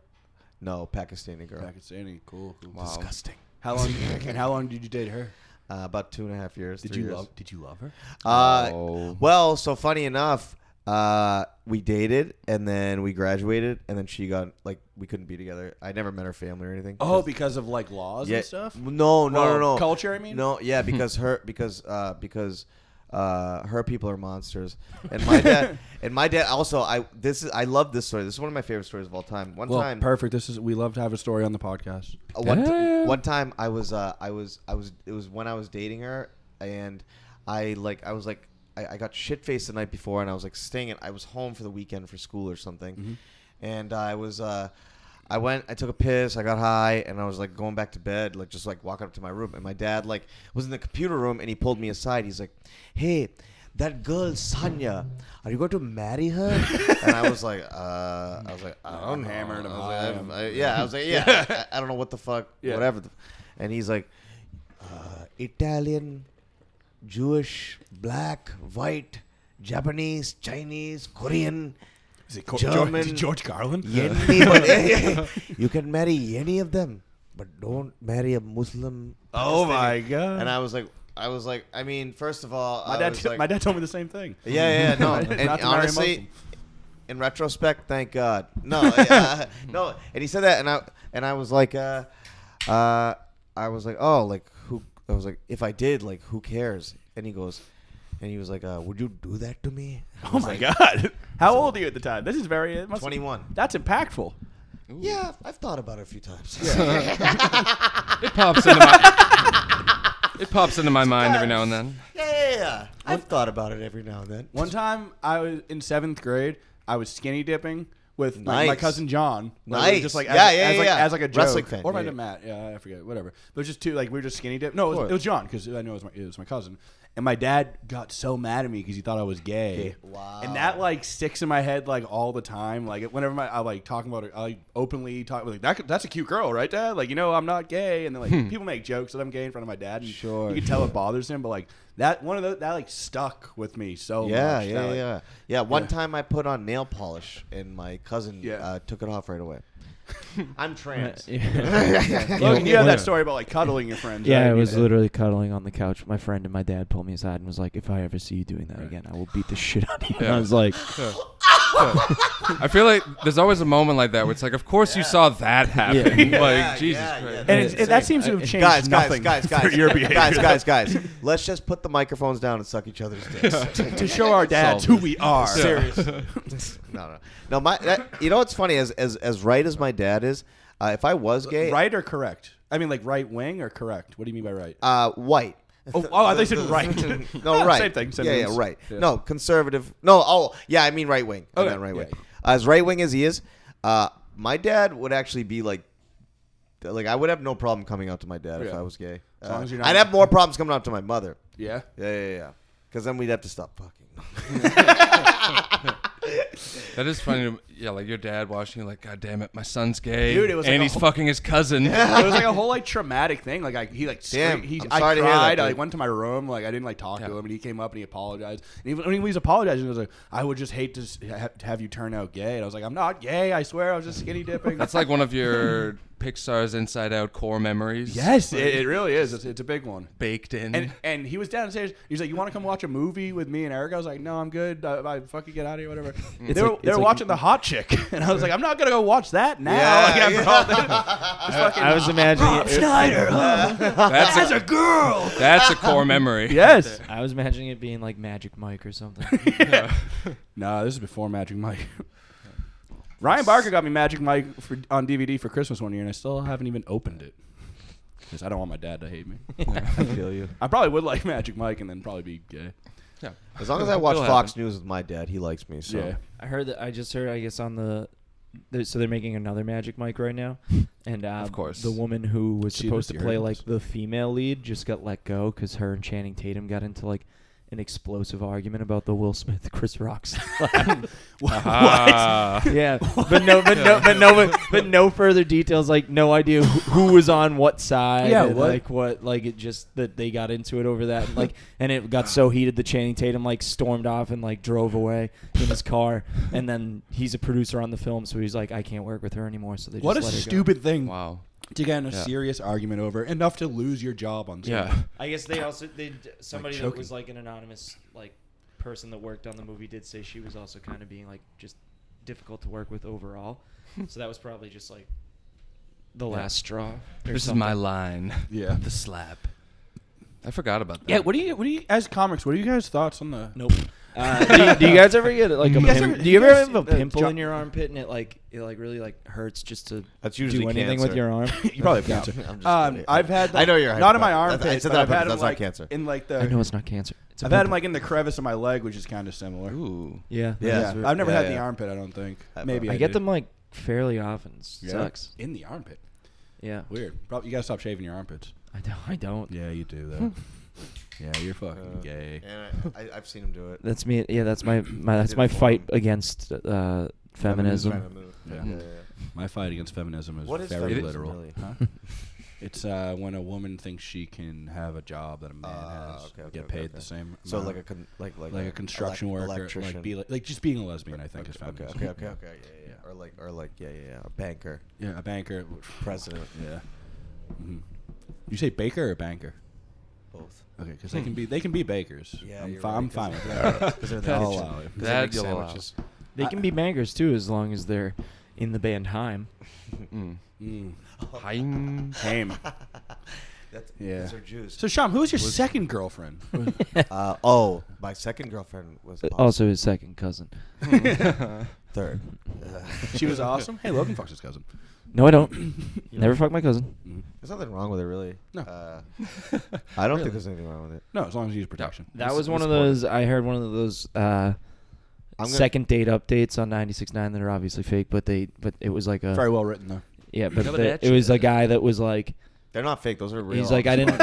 C: no Pakistani girl.
A: Pakistani. Cool. cool.
B: Wow.
A: Disgusting. How long? and how long did you date her?
C: Uh, about two and a half years.
A: Did
C: three
A: you
C: years.
A: love? Did you love her?
C: Uh,
B: Oh.
C: Well, so funny enough, uh, we dated and then we graduated and then she got like we couldn't be together. I never met her family or anything.
A: Oh, because of like laws
C: yeah,
A: and stuff.
C: No, no,
A: Well,
C: no, no.
A: culture, I mean?
C: No, yeah, because her because uh, because uh, her people are monsters, and my dad and my dad also. I this is I love this story. This is one of my favorite stories of all time. One
A: Well,
C: time,
A: perfect. This is we love to have a story on the podcast.
C: Uh, one, ti-
B: Yeah.
C: one time I was uh, I was I was it was when I was dating her and I like I was like I, I got shit faced the night before and I was like staying at I was home for the weekend for school or something and I was uh, I went I took a piss I got high and I was like going back to bed like just like walking up to my room and my dad like was in the computer room and he pulled me aside he's like hey that girl Sanya are you going to marry her and I was like uh, I was like I don't
A: I'm
C: know.
A: hammered,
C: Oh, I
A: I'm
C: was
A: high,
C: like,
A: I'm-
C: I- yeah, I was like, yeah, I, I don't know what the fuck,
A: Yeah.
C: whatever. The, and he's like, uh, Italian, Jewish, black, white, Japanese, Chinese, Korean.
A: Is it
C: George- German- is it
A: George Garland?
C: Anybody, you can marry any of them, but don't marry a Muslim.
A: Oh my
C: Palestinian."
A: god!
C: And I was like, I was like, I mean, first of all,
A: my
C: I
A: dad,
C: was
A: t-
C: like,
A: my dad told me the same thing.
C: Yeah, yeah, no.
A: Not to
C: and
A: marry a Muslim.
C: honestly, in retrospect, thank God. No, uh, no. And he said that, and I and I was like, uh, uh, I was like, oh, like who? I was like, if I did, like, who cares? And he goes, and he was like, uh, would you do that to me? I
A: Oh
C: was
A: my
C: like,
A: god! How old are you at the time? This is very it must-
C: 21.
A: That's impactful.
C: Yeah, I've thought about it a few times.
B: It pops into my. It pops into my mind every now and then.
C: Yeah, yeah, yeah. I've thought about it every now and then.
A: One time, I was in seventh grade. I was skinny dipping with like, my
C: Nice.
A: cousin John. Like, we were Just
C: Nice.
A: like as,
C: Yeah, yeah,
A: as, like,
C: yeah, yeah.
A: as like a joke.
C: Wrestling fan,
A: Or might
C: yeah.
A: have Matt. Yeah, I forget. Whatever. But it was just two. Like we were just skinny dip. No, it was,
C: course.
A: it was John because I know it was my it was my cousin. And my dad got so mad at me because he thought I was gay.
C: Wow.
A: And that like sticks in my head like all the time. Like whenever my, I like talking about it, I like, openly talk like that. could- That's a cute girl, right, Dad? Like you know I'm not gay. And then like people make jokes that I'm gay in front of my dad. And
C: Hmm. Sure,
A: You can tell it bothers him, but like that one of those that like stuck with me so
C: Yeah,
A: much.
C: yeah,
A: that, like,
C: yeah, yeah. One time I put on nail polish, and my cousin
A: Yeah.
C: uh, took it off right away. I'm trans.
A: Logan, you have
D: Yeah.
A: that story about like cuddling your friends.
D: Yeah,
A: right?
D: I was
A: Yeah.
D: literally cuddling on the couch. My friend and my dad pulled me aside and was like, "If I ever see you doing that again, I will beat the shit out of you." And
B: Yeah.
D: I was like,
B: Yeah. Yeah. I feel like there's always a moment like that where it's like, of course you saw that happen.
A: Yeah.
B: like,
C: Yeah,
B: Jesus
C: yeah,
B: Christ.
A: And it's, it, that seems to have changed
C: guys, guys,
A: nothing
C: guys,
A: for
C: guys,
A: your behavior.
C: guys, guys, guys. Let's just put the microphones down and suck each other's dicks.
A: to show our dads who
B: Solved it.
A: we are.
C: Serious. no, no, no. My, that, you know what's funny? As as as right as my dad is, uh, if I was gay,
A: Right or correct? I mean, like right wing or correct? What do you mean by right?
C: uh, white.
A: Oh, oh, I thought you said right.
C: no, right.
A: Same thing, same
C: yeah, yeah,
A: things.
C: right.
A: Yeah.
C: No, conservative. No, oh, yeah, I mean right wing. I
A: Okay,
C: meant right wing.
A: yeah.
C: As right wing as he is, uh, my dad would actually be like, like I would have no problem coming out to my dad if
A: Yeah.
C: I was gay. Uh,
A: As long as you're not-
C: I'd have more problems coming out to my mother.
A: Yeah.
C: Yeah, yeah, yeah. Because then we'd have to stop fucking.
B: That is funny. to- Yeah, like your dad watching you, like, God damn it, my son's gay.
A: Dude, it was like
B: and
A: a
B: he's
A: whole-
B: fucking his cousin.
A: It was like a whole like traumatic thing. Like I, he like
C: Damn,
A: screamed. He,
C: I'm
A: I
C: sorry
A: cried.
C: to hear that,
A: I like,
C: dude.
A: went to my room. Like I didn't like talk
B: Yeah.
A: to him, and he came up and he apologized. And even when he was apologizing, he was like, "I would just hate to s- ha- to have you turn out gay." And I was like, "I'm not gay. I swear. I was just skinny dipping."
B: That's like one of your Pixar's Inside Out core memories.
A: yes, it, it really is. It's, it's a big one.
B: Baked in.
A: And and he was downstairs. He's like, "You want to come watch a movie with me and Eric?" I was like, "No, I'm good. I, I fucking get out of here, whatever." they were,
D: like-
A: they
D: it's
A: were
D: like-
A: watching the Hot Chick, and I was like, "I'm not gonna go watch that now."
C: Yeah,
A: like, after
C: yeah.
A: all this.
D: I was imagining.
A: Rob
D: It,
A: Schneider, huh?
B: that's,
A: as
B: a,
A: a girl.
B: that's a core memory.
A: Yes.
D: I was imagining it being like Magic Mike or something.
A: No, this is before Magic Mike. Ryan Barker got me Magic Mike for, on DVD for Christmas one year, and I still haven't even opened it because I don't want my dad to hate me.
D: I feel you.
A: I probably would like Magic Mike and then probably be gay.
B: Yeah.
C: As long as I watch
B: It'll
C: Fox News with my dad, he likes me. So
A: Yeah.
D: I heard that. I just heard. I guess on the. the- So they're making another Magic Mike right now, and uh,
B: Of course.
D: the woman who was
A: She was
D: supposed to
A: the
D: play
A: Hercules.
D: like the female lead just got let go because her and Channing Tatum got into like an explosive argument about the Will Smith Chris Rock slap.
B: Ah.
D: Yeah, but no, but no, but no, but, but no further details. Like no idea who, who was on what side.
A: Yeah,
D: and,
A: what-
D: like what, like it just that they got into it over that. And, like, and it got so heated that Channing Tatum like stormed off and like drove away in his car. And then he's a producer on the film, so he's like, I can't work with her anymore. So they
A: What a
D: just let her go.
A: stupid thing
B: Wow.
A: to get in a
B: Yeah.
A: serious argument over, enough to lose your job on.
B: Yeah.
A: something.
D: I guess they also they somebody
A: Like
D: that
A: choking.
D: was like an anonymous like person that worked on the movie did say she was also kind of being like just difficult to work with overall. so that was probably just like the last straw. or
B: This
D: something.
B: is my line.
A: Yeah.
B: The slap. I forgot about that.
A: Yeah, what do you what do you as comics? What are you guys' thoughts on the?
D: Nope. Uh, do, you, do you guys ever get like a
A: You guys
D: pim-
A: ever-
D: do
A: you
D: you ever
A: guys
D: have a
A: see the
D: pimple
A: John-
D: in your armpit and it like it like really like hurts just to
C: That's usually
D: do anything with
C: cancer.
D: your arm?
A: You probably have cancer.
C: I'm just
A: um,
C: kidding.
A: I've had.
C: I know you're
A: Not in my
C: hypothetical.
A: arm.
C: That's- I said that
A: I've had
C: hypothetical.
A: him,
C: That's not
A: like,
C: cancer.
A: In like the.
D: I know it's not cancer. It's a
A: I've had him
D: pimple.
A: like in the crevice of my leg, which is kind of similar.
B: Ooh.
D: yeah
C: Yeah.
A: Yeah, I've never
C: Yeah,
A: had the
C: yeah.
A: armpit. I don't think.
C: I've-
A: Maybe
D: I
A: I
D: get
A: did.
D: them like fairly often. It Sucks.
A: in the armpit.
D: Yeah.
A: Weird. Probably you gotta stop shaving your armpits.
D: I don't. I don't.
A: Yeah, you do though. yeah, you're fucking
C: Uh,
A: gay.
C: And I, I, I've seen him do it.
D: That's me. Yeah, that's my, my that's
C: did
D: my
C: it for
D: fight
C: him.
D: against uh, feminism.
C: Feminism.
A: Yeah.
C: Yeah.
A: My fight against feminism is
C: What is
A: very
B: feminism,
A: literal.
C: really?
A: Huh? it's uh, when a woman thinks she can have a job that a man
C: Ah,
A: has,
C: okay, okay,
A: get
C: okay,
A: paid
C: okay.
A: the same.
C: So
A: amount.
C: like a con- like like
A: like a construction
C: elec-
A: worker, like be like, like just being a lesbian. I think is
C: okay,
A: feminism.
C: okay, okay, okay, yeah, yeah,
A: Yeah.
C: yeah. Or like or like yeah, yeah, yeah. A banker,
A: Yeah, a banker.
C: president,
A: Yeah. hmm You say baker or banker?
C: both.
A: Okay, because they can be they can be bakers.
C: Yeah,
A: I'm,
C: you're
A: fi-
C: right,
A: I'm
C: 'cause-
A: fine with that.
C: Because they're
A: I'll
C: the
A: allow it.
C: because
B: That
C: they make
B: you'll allow.
C: sandwiches.
D: They can be bangers too, as long as they're in the band Heim.
B: Mm.
A: Mm.
B: Hein.
A: Tame.
C: That's
A: Yeah.
C: yeah. Those are Jews.
A: So, Sean, who was your second girlfriend?
C: uh, oh, my second girlfriend was awesome.
D: Uh, Also, his second cousin.
C: third. Uh,
A: she was awesome. Hey, Logan fucks his cousin. Mm.
D: No, I don't. Never fuck my cousin.
C: There's nothing wrong with it, really.
A: No.
C: Uh, I don't think there's anything wrong with it.
A: No, as long as you use protection.
D: That
B: Mis-
D: was one of
B: misquoted.
D: those. I heard one of those uh,
C: I'm gonna,
D: second date updates on 96.9 that are obviously fake, but they but it was like a
A: Very well written though.
D: yeah, but
B: Double
D: the-
B: that
D: it was a
B: shit.
D: guy that was like
C: They're not fake. Those are real.
D: he's like I didn't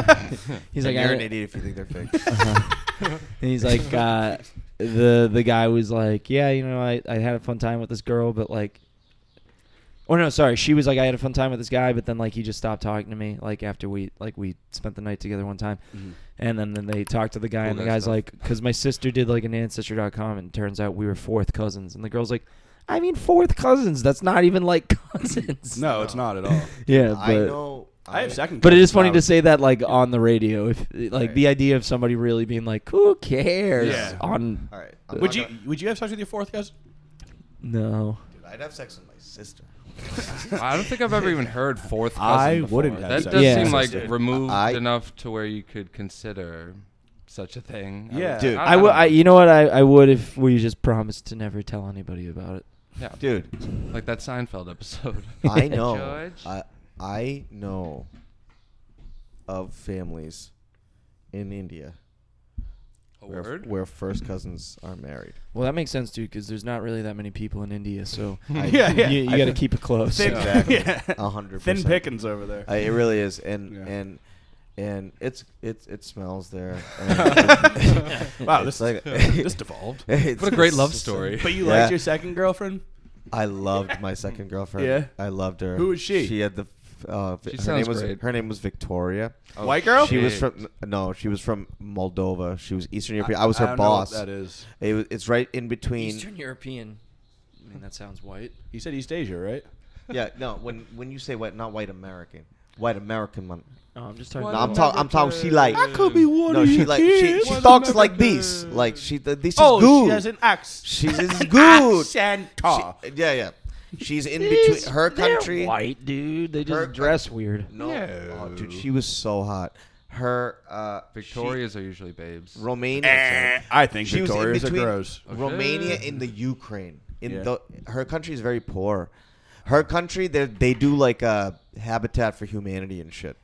D: he's like
C: And
D: I
C: you're an
D: didn't-
C: idiot if you think they're fake.
D: Uh-huh. and he's like uh, the the guy was like yeah you know I, I had a fun time with this girl but like or no sorry she was like I had a fun time with this guy but then like he just stopped talking to me like after we like we spent the night together one time and then, then they talked to the guy,
B: Cool
D: and the
B: guy
D: guy's
B: stuff.
D: like, because my sister did like an ancestry.com, and it turns out we were fourth cousins. And the girl's like, I mean, fourth cousins. That's not even like cousins.
A: No, it's not at all.
D: Yeah, but,
C: I know.
A: I have second.
D: but it is
A: cousins.
D: funny
A: Wow.
D: to say that like on the radio, if like
C: Right.
D: the idea of somebody really being like, who cares?
A: Yeah.
D: On
C: All right.
A: Would you would you have sex with your fourth cousin?
D: no,
C: Dude, I'd have sex with my sister.
B: I don't think I've ever even heard fourth cousin.
A: I
B: before.
A: wouldn't have
B: That
A: sex
B: does
D: with
B: seem
D: my
B: like
A: sister.
B: removed
C: I-
B: enough to where you could consider such a thing. I
A: Yeah.
B: would-
C: Dude.
B: I,
D: I would.
B: don't
D: I,
B: know.
D: you know what? I, I would if we just promised to never tell anybody about it.
B: yeah.
C: Dude,
B: like that Seinfeld episode.
C: I know.
B: George?
C: I, I know of families in India
B: a
C: where,
B: word.
C: where first cousins are married.
D: Well, that makes sense, dude, because there's not really that many people in India, so
A: I- Yeah, yeah.
D: you, you
A: I
D: got to
A: think-
D: keep it close.
A: Thin,
C: Exactly.
A: yeah.
C: A hundred
A: Thin
C: percent.
A: pickings over there.
C: I, it really is, and
A: Yeah.
C: and and it's it's it smells there.
A: wow,
C: It's
A: this
C: like-
A: this devolved.
C: It's-
B: What a great love
C: it's-
B: story.
A: But you
C: Yeah.
A: liked your second girlfriend?
C: I loved my second girlfriend.
A: Yeah?
C: I loved her.
A: Who was she?
C: She had the. f- Uh,
B: She
C: her
B: sounds
C: name was
B: great.
C: her name was Victoria.
B: Oh,
A: White girl?
C: She was
B: shit.
C: from no, she was from Moldova. She was Eastern European. I, was
A: I
C: her
A: don't know what
C: boss.
A: that is.
C: It was, it's right in between.
D: Eastern European. I mean, that sounds white.
A: You said East Asia, right?
C: Yeah, no. When when you say white, not white American, white American man.
D: No, Oh, I'm just talking.
B: talking
C: No,
B: White
C: I'm talking. I'm talking. She like
B: I could be one
C: no, she like she, she talks like this. Like she th- this is
A: oh,
C: good.
A: she has an axe.
C: She's is
A: Ah,
C: good.
A: Accent.
C: She- yeah, yeah. She's in between her country.
D: white dude. They just
C: Her-
D: dress weird.
C: No, Oh,
A: No.
C: dude, she was so hot. Her uh,
B: Victorias are usually babes.
C: she- Romania.
A: Eh, I think
C: She was in
A: Victoria's a
C: between
A: gross.
B: Okay.
C: Romania in the Ukraine. In
A: Yeah.
C: the her country is very poor. Her country, they they do like a Habitat for Humanity and shit.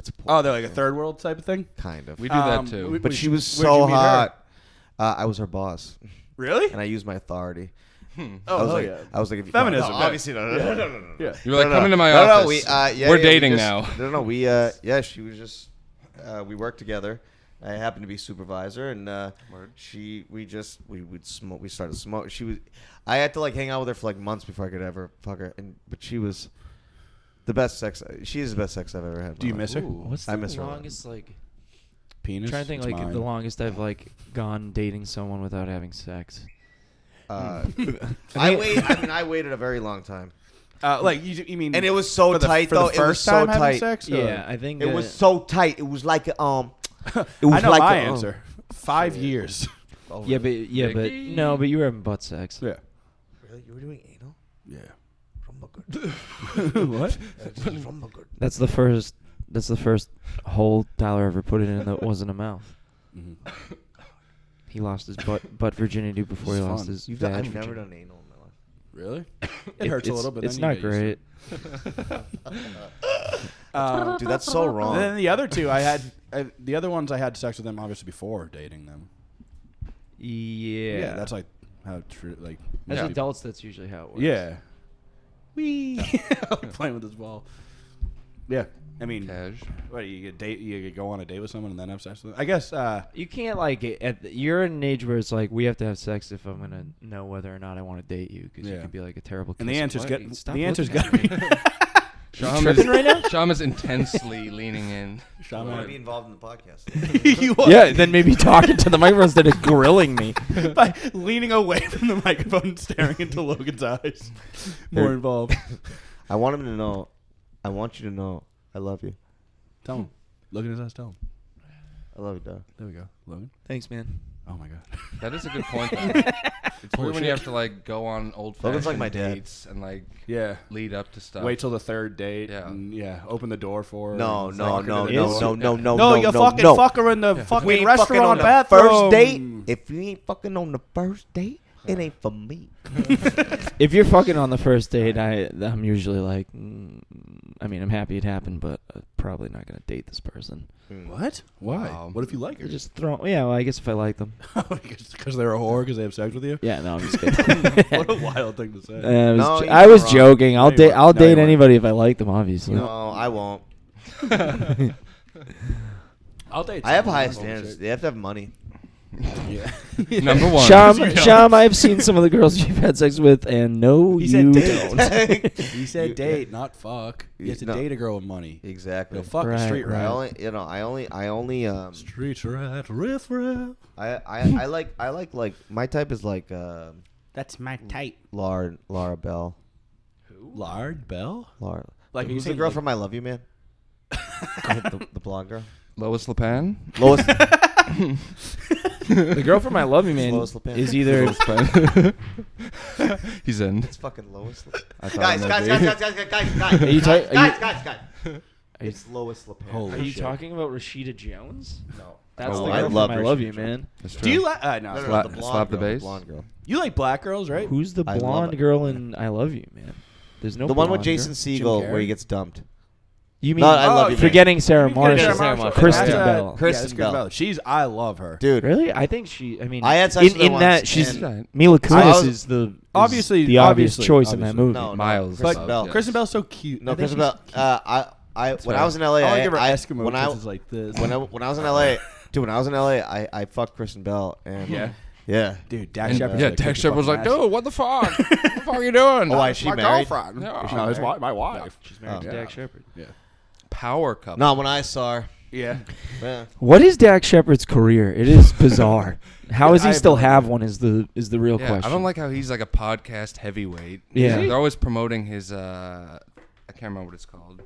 C: It's a poor
A: Oh, they're like a third world type of thing.
C: kind of.
B: We do that
A: Um,
B: too.
A: we-
C: but she was
A: where'd you
C: so
A: meet her?
C: hot. Uh, I was her boss,
A: Really?
C: and I used my authority.
A: oh,
C: I was
A: hell
C: like,
A: yeah.
C: I was like, if you,
A: Feminism,
C: No,
A: yeah.
C: obviously, no, no, no, no, no, no.
A: Yeah.
B: You're like,
C: no,
B: come
C: no.
B: into my
C: no,
B: office.
C: No, we, uh, yeah,
B: We're
C: yeah,
B: dating
C: we
B: now.
C: just, No, no, we, uh, yeah, she was just, uh, we worked together. I happened to be supervisor, and uh,
B: Word.
C: she, we just, we would smoke. We started smoke. She was, I had to like hang out with her for like months before I could ever fuck her, and but she was the best sex. She is the best sex I've ever had. in
A: Do
C: my
A: you
C: life.
A: miss her?
D: What's
C: I
D: the
C: miss her a lot.
D: longest like? I'm
A: Penis.
D: trying to think
A: It's
D: like
A: mine.
D: the longest I've like gone dating someone without having sex.
C: Uh, I wait. I mean, I waited a very long time,
A: Uh, like you, you mean?
C: and it was so
A: for the,
C: tight
A: for
C: though.
A: The
C: it was
A: first
C: so
A: time having
C: tight.
A: sex. or-
D: Yeah, I think
C: It was so tight. It was like um. It
A: I
C: was
A: know
C: like
A: my
C: a, um,
A: answer. Five years.
C: oh,
D: Yeah, but yeah, but
B: Dickie.
D: no, but you were having butt sex.
A: Yeah.
C: really, you were doing anal
A: Yeah.
C: from the good.
A: what?
C: from the good.
D: That's the first. That's the first whole dollar ever put in that wasn't a mouth.
A: Mhm.
D: He lost his butt butt virginity before he
A: It's
D: lost
A: fun.
D: his.
C: You've done,
D: vag
C: I've never
D: virginity.
C: done anal in my life.
A: Really? It
D: It-
A: hurts a
D: it's-
A: little, but
D: it's
A: then
D: not
A: you get used
D: great.
A: to it. Um,
C: Dude, that's so wrong.
A: then the other two, I had I, the other ones I had sex with them obviously before dating them.
D: Yeah,
A: Yeah, that's like how true. Like
D: as
A: most people-
D: adults, that's usually how it works.
A: Yeah. We playing with this ball. Yeah, I mean,
B: Cash.
A: what you get date? You could go on a date with someone and then have sex with them. I guess. Uh,
D: You can't like it- at the, you're at an age where it's like we have to have sex if I'm gonna know whether or not I want to date you because
A: Yeah.
D: you could be like a terrible.
A: and the
D: kisser.
A: answer's
D: Why-
A: get,
D: stop
A: the answer's
D: looking
A: got
D: at
A: to be.
D: me.
B: Sham
D: tripping
B: is,
D: right now?
B: Sham is intensely leaning in.
C: I want to be
A: Shaman.
C: involved in the podcast.
A: you are
D: yeah, then maybe talking to the microphone instead of grilling me.
A: by leaning away from the microphone and staring into Logan's eyes. More
C: Hey.
A: involved.
C: I want him to know. I want you to know. I love you.
A: Tell him. Look at his eyes. Tell him.
C: I love you, dog.
A: There we go. Logan.
D: Thanks, man.
A: Oh my god.
B: That is a good point. Though. it's
A: Holy
B: weird when you
A: shit.
B: have to like go on old
C: Logan's like
B: fashioned
C: my dad.
B: dates and like
A: Yeah.
B: lead up to
D: Uh,
B: stuff.
A: Wait till the third date.
B: Yeah.
A: And yeah. Open the door for. her
C: No,
A: and
C: no,
A: walk her
C: no,
A: to the
C: no,
A: door.
C: no, no,
A: No,
C: no, no,
A: you
C: no,
A: fucking
C: no.
A: fuck her in the fucking
C: We ain't fucking
A: restaurant
C: on the
A: bathroom.
C: first date. If you ain't fucking on the first date, it ain't for me.
D: If you're fucking on the first date, I I'm usually like, mm, I mean, I'm happy it happened, but uh, probably not gonna date this person.
A: What? Why?
B: Wow.
C: Um,
A: What if you like her? Oh,
D: You're just throwing. Yeah, well, I guess if I like them.
A: Because they're a whore because they have sex with you?
D: Yeah, no, I'm just kidding.
A: what a wild thing to say.
D: Uh, I was,
C: No,
D: jo-
C: you
D: I
C: were
D: was
C: wrong.
D: joking. I'll
A: No, you
D: date.
A: weren't.
D: I'll
A: No, you
D: date
A: weren't.
D: anybody if I like them. Obviously.
C: No, I won't.
D: Uh,
A: I'll date
C: I have
A: someone.
C: high standards. They have to have money.
A: Yeah.
B: Number one.
D: Sham,
B: Let's go.
D: Sham, I've seen some of the girls you've had sex with, and no,
A: He said
D: you
A: date.
D: don't.
A: He said
C: You-
A: date, not fuck. You have to
C: No.
A: date a girl with money.
C: Exactly.
A: You'll fuck a
D: Right,
A: street
C: I
A: rat.
C: only, you know, I only, I only, um,
A: Street rat, riff raff.
C: I, I, I like, I like, like, my type is like, um,
A: That's my type.
C: Laura, Laura Bell,
A: Lard Bell?
C: Laura.
A: Like,
C: Like,
A: are you
C: who's the
A: saying,
C: girl
A: like-
C: from I Love You Man? the, the blonde girl,
B: Lois LePan.
C: Lois.
D: The girl from I Love You Man
C: Lois Lepin.
D: is either
B: He's in.
C: it's fucking Lois. Le-
B: I thought it
C: guys,
B: might
C: guys, guys,
B: be.
C: guys, guys, guys, guys, guys,
D: Are you
C: guys,
D: ta- are you-
C: guys, guys, guys. It's Lois LePan.
A: Holy Are you shit. talking
D: about Rashida Jones?
C: No.
D: That's the
B: Oh,
D: girl
B: I
D: from
C: love
D: I
C: Rashida
D: Love You
C: Jones.
D: Man.
B: That's
A: Do you
B: true.
A: like? Uh, no,
C: No,
A: it's
C: no,
A: not-
C: no,
B: Slap-
C: the
B: slap
C: blonde
B: the
C: girl. The
B: bass.
C: blonde girl.
A: You like black girls, right?
D: Who's the
C: I love
D: blonde
C: it.
D: girl in I Love You Man? There's no
C: the one with
D: blonde girl.
C: Jason Segel
A: Jim
C: where
A: Carrey?
C: he gets dumped.
D: You mean
C: Not I Love You Man.
D: forgetting Sarah
A: You forget
D: Marshall?
A: Sarah
D: Sarah
A: Marshall.
D: Marshall.
A: That's,
D: Kristen
A: uh,
D: Bell.
A: yeah, that's
C: Kristen Bell.
A: She's I love her.
C: Dude,
D: Really? I think she. I mean,
C: I had sex
D: in,
C: with her
D: in
C: once,
D: that she's
B: and-
D: Mila Kunis
C: I was-
D: is the is
A: Obviously-
D: the obvious
A: obviously,
D: choice in that
A: obviously.
D: movie.
C: No,
B: Miles.
C: Kristen
B: Love,
C: Bell.
B: yes.
A: Kristen Bell's so cute.
C: no,
A: I think
C: Kristen
A: she's
C: Bell. Uh, I, I, when
B: right.
C: I was in LA,
A: I
C: I,
A: wanna give her
C: I-
A: Eskimo
C: when I,
A: kisses like this.
C: when I, when I was in LA, dude, when I was in LA, I, I fucked Kristen Bell and
B: Yeah.
C: yeah.
A: Dude, Dak
B: And-
A: Shepard.
B: yeah, Dak Shepard was like, dude, what the fuck? what the fuck are you doing?
C: Oh, why, is she
B: my
C: married?
B: girlfriend. No,
A: Oh, No, it's my, my wife.
D: She's married
C: Oh.
D: to Dak Shepard.
A: Yeah.
B: Power couple.
C: No, when I saw her,
A: Yeah.
C: yeah.
D: What is Dak Shepard's career? It is bizarre. How does
A: I
D: he
A: have
D: still
A: no
D: have one? Is the is the real
B: Yeah,
D: question?
B: I don't like how he's like a podcast heavyweight.
D: Yeah. Is he?
B: they're always promoting his. uh I can't remember what it's called.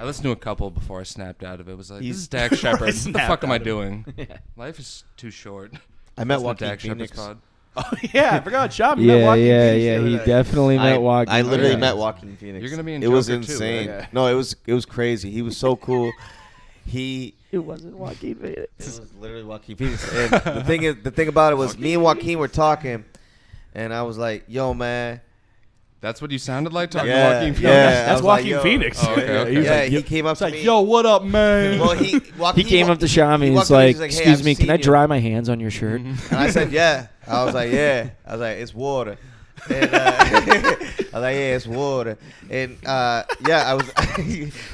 B: I listened to a couple before I snapped out of it. It was like, this
C: He's-
B: is Dak Shepard. what the
A: snapped
B: fuck am I
A: out of it.
B: doing? Life is too short.
C: I met
B: Listen to
C: Joaquin
B: Dak Shepard's
C: Phoenix.
B: pod.
A: Oh, yeah. I forgot. Shop.
D: yeah, yeah, yeah. He definitely met
C: I,
D: Walking.
C: I literally
B: yeah.
C: met Walking Phoenix.
B: You're gonna be in
C: It was
B: Joker too,
C: insane.
A: right? Yeah.
C: No, it was it was crazy. He was so cool. he
D: It wasn't Joaquin
C: It
D: Phoenix.
C: was literally Joaquin Phoenix. And the thing is, the thing about it was me and Joaquin were talking, and I was like, "Yo, man."
B: That's what you sounded like talking
C: Yeah,
B: to Joaquin Phoenix.
C: yeah. I
A: That's
C: was like,
A: Joaquin
C: yo.
A: Phoenix.
B: Oh, okay, okay.
A: He's
C: yeah,
A: like,
C: he
A: yo-
C: came up
A: It's
C: to
A: like,
C: me.
A: yo, what up, man?
C: Well, he
D: He
C: Joaquin,
D: came up to Shami
C: he
D: and
C: walked
D: he's
C: in,
D: like,
C: he's like, "Hey,
D: "Excuse
C: I've
D: me, can I
C: seen you." Mm-hmm.
D: dry my hands on your shirt?"
C: And I said, "Yeah." I was like, "Yeah." I was like, "It's water." And, uh, I was like, "Yeah, it's water." And uh, yeah, I was.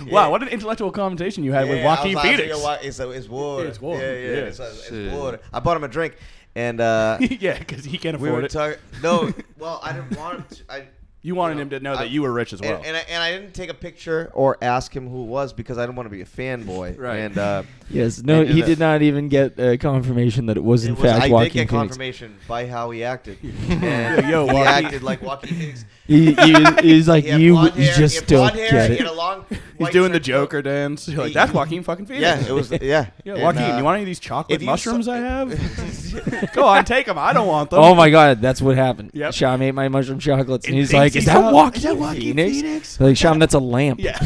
A: Wow, what an intellectual conversation you had with
C: Yeah, I
A: Joaquin
C: was like, I was like,
A: Phoenix.
C: "Yo, Wa- it's, uh, it's water.
A: Yeah, it's water.
C: Yeah, yeah,
A: Yeah.
C: It's, uh, it's
B: Shit.
C: water. I bought him a drink, and uh,
A: yeah, because he can't
C: we
A: afford
C: were
A: it.
C: talking. No, well, I didn't want him to. I,
A: you wanted
C: you know,
A: him to know
C: I-
A: that you were rich as well.
C: And, and, I, and I didn't take a picture or ask him who it was because I didn't want to be a fanboy.
A: Right.
C: And uh,
D: yes, no,
C: And
D: he
C: the-
D: did not even get uh, confirmation that it was
C: it
D: in
C: was,
D: fact
C: I
D: Joaquin
C: did get
D: Phoenix.
C: confirmation by how he acted. and
A: Yo, yo,
C: he
A: Joaquin.
C: acted like Joaquin Phoenix.
D: He, he, he's like,
C: He had
D: "You,
C: blonde
D: you
C: hair, he
D: just
C: had
D: don't
C: blonde hair,
D: get
C: He had a
D: it."
C: long
A: He's
C: white
A: doing the
C: shirt.
A: Joker dance. You're like,
C: He-
A: that's Joaquin fucking Phoenix.
C: Yeah, it was. Yeah.
A: Yeah,
C: And,
A: Joaquin,
C: uh,
A: you want any of these chocolate
C: if you
A: mushrooms
C: saw-
A: I have? Go on, take them. I don't want them.
D: Oh my god, that's what happened.
A: Yep.
D: Sham ate my mushroom chocolates, and
A: It
D: he's
A: thinks
D: like,
A: he's
D: "Is that
A: out-
D: Joaquin
A: is that Joaquin
D: Phoenix?"
A: Phoenix?
D: They're like, "Sham, that's a lamp."
A: Yeah.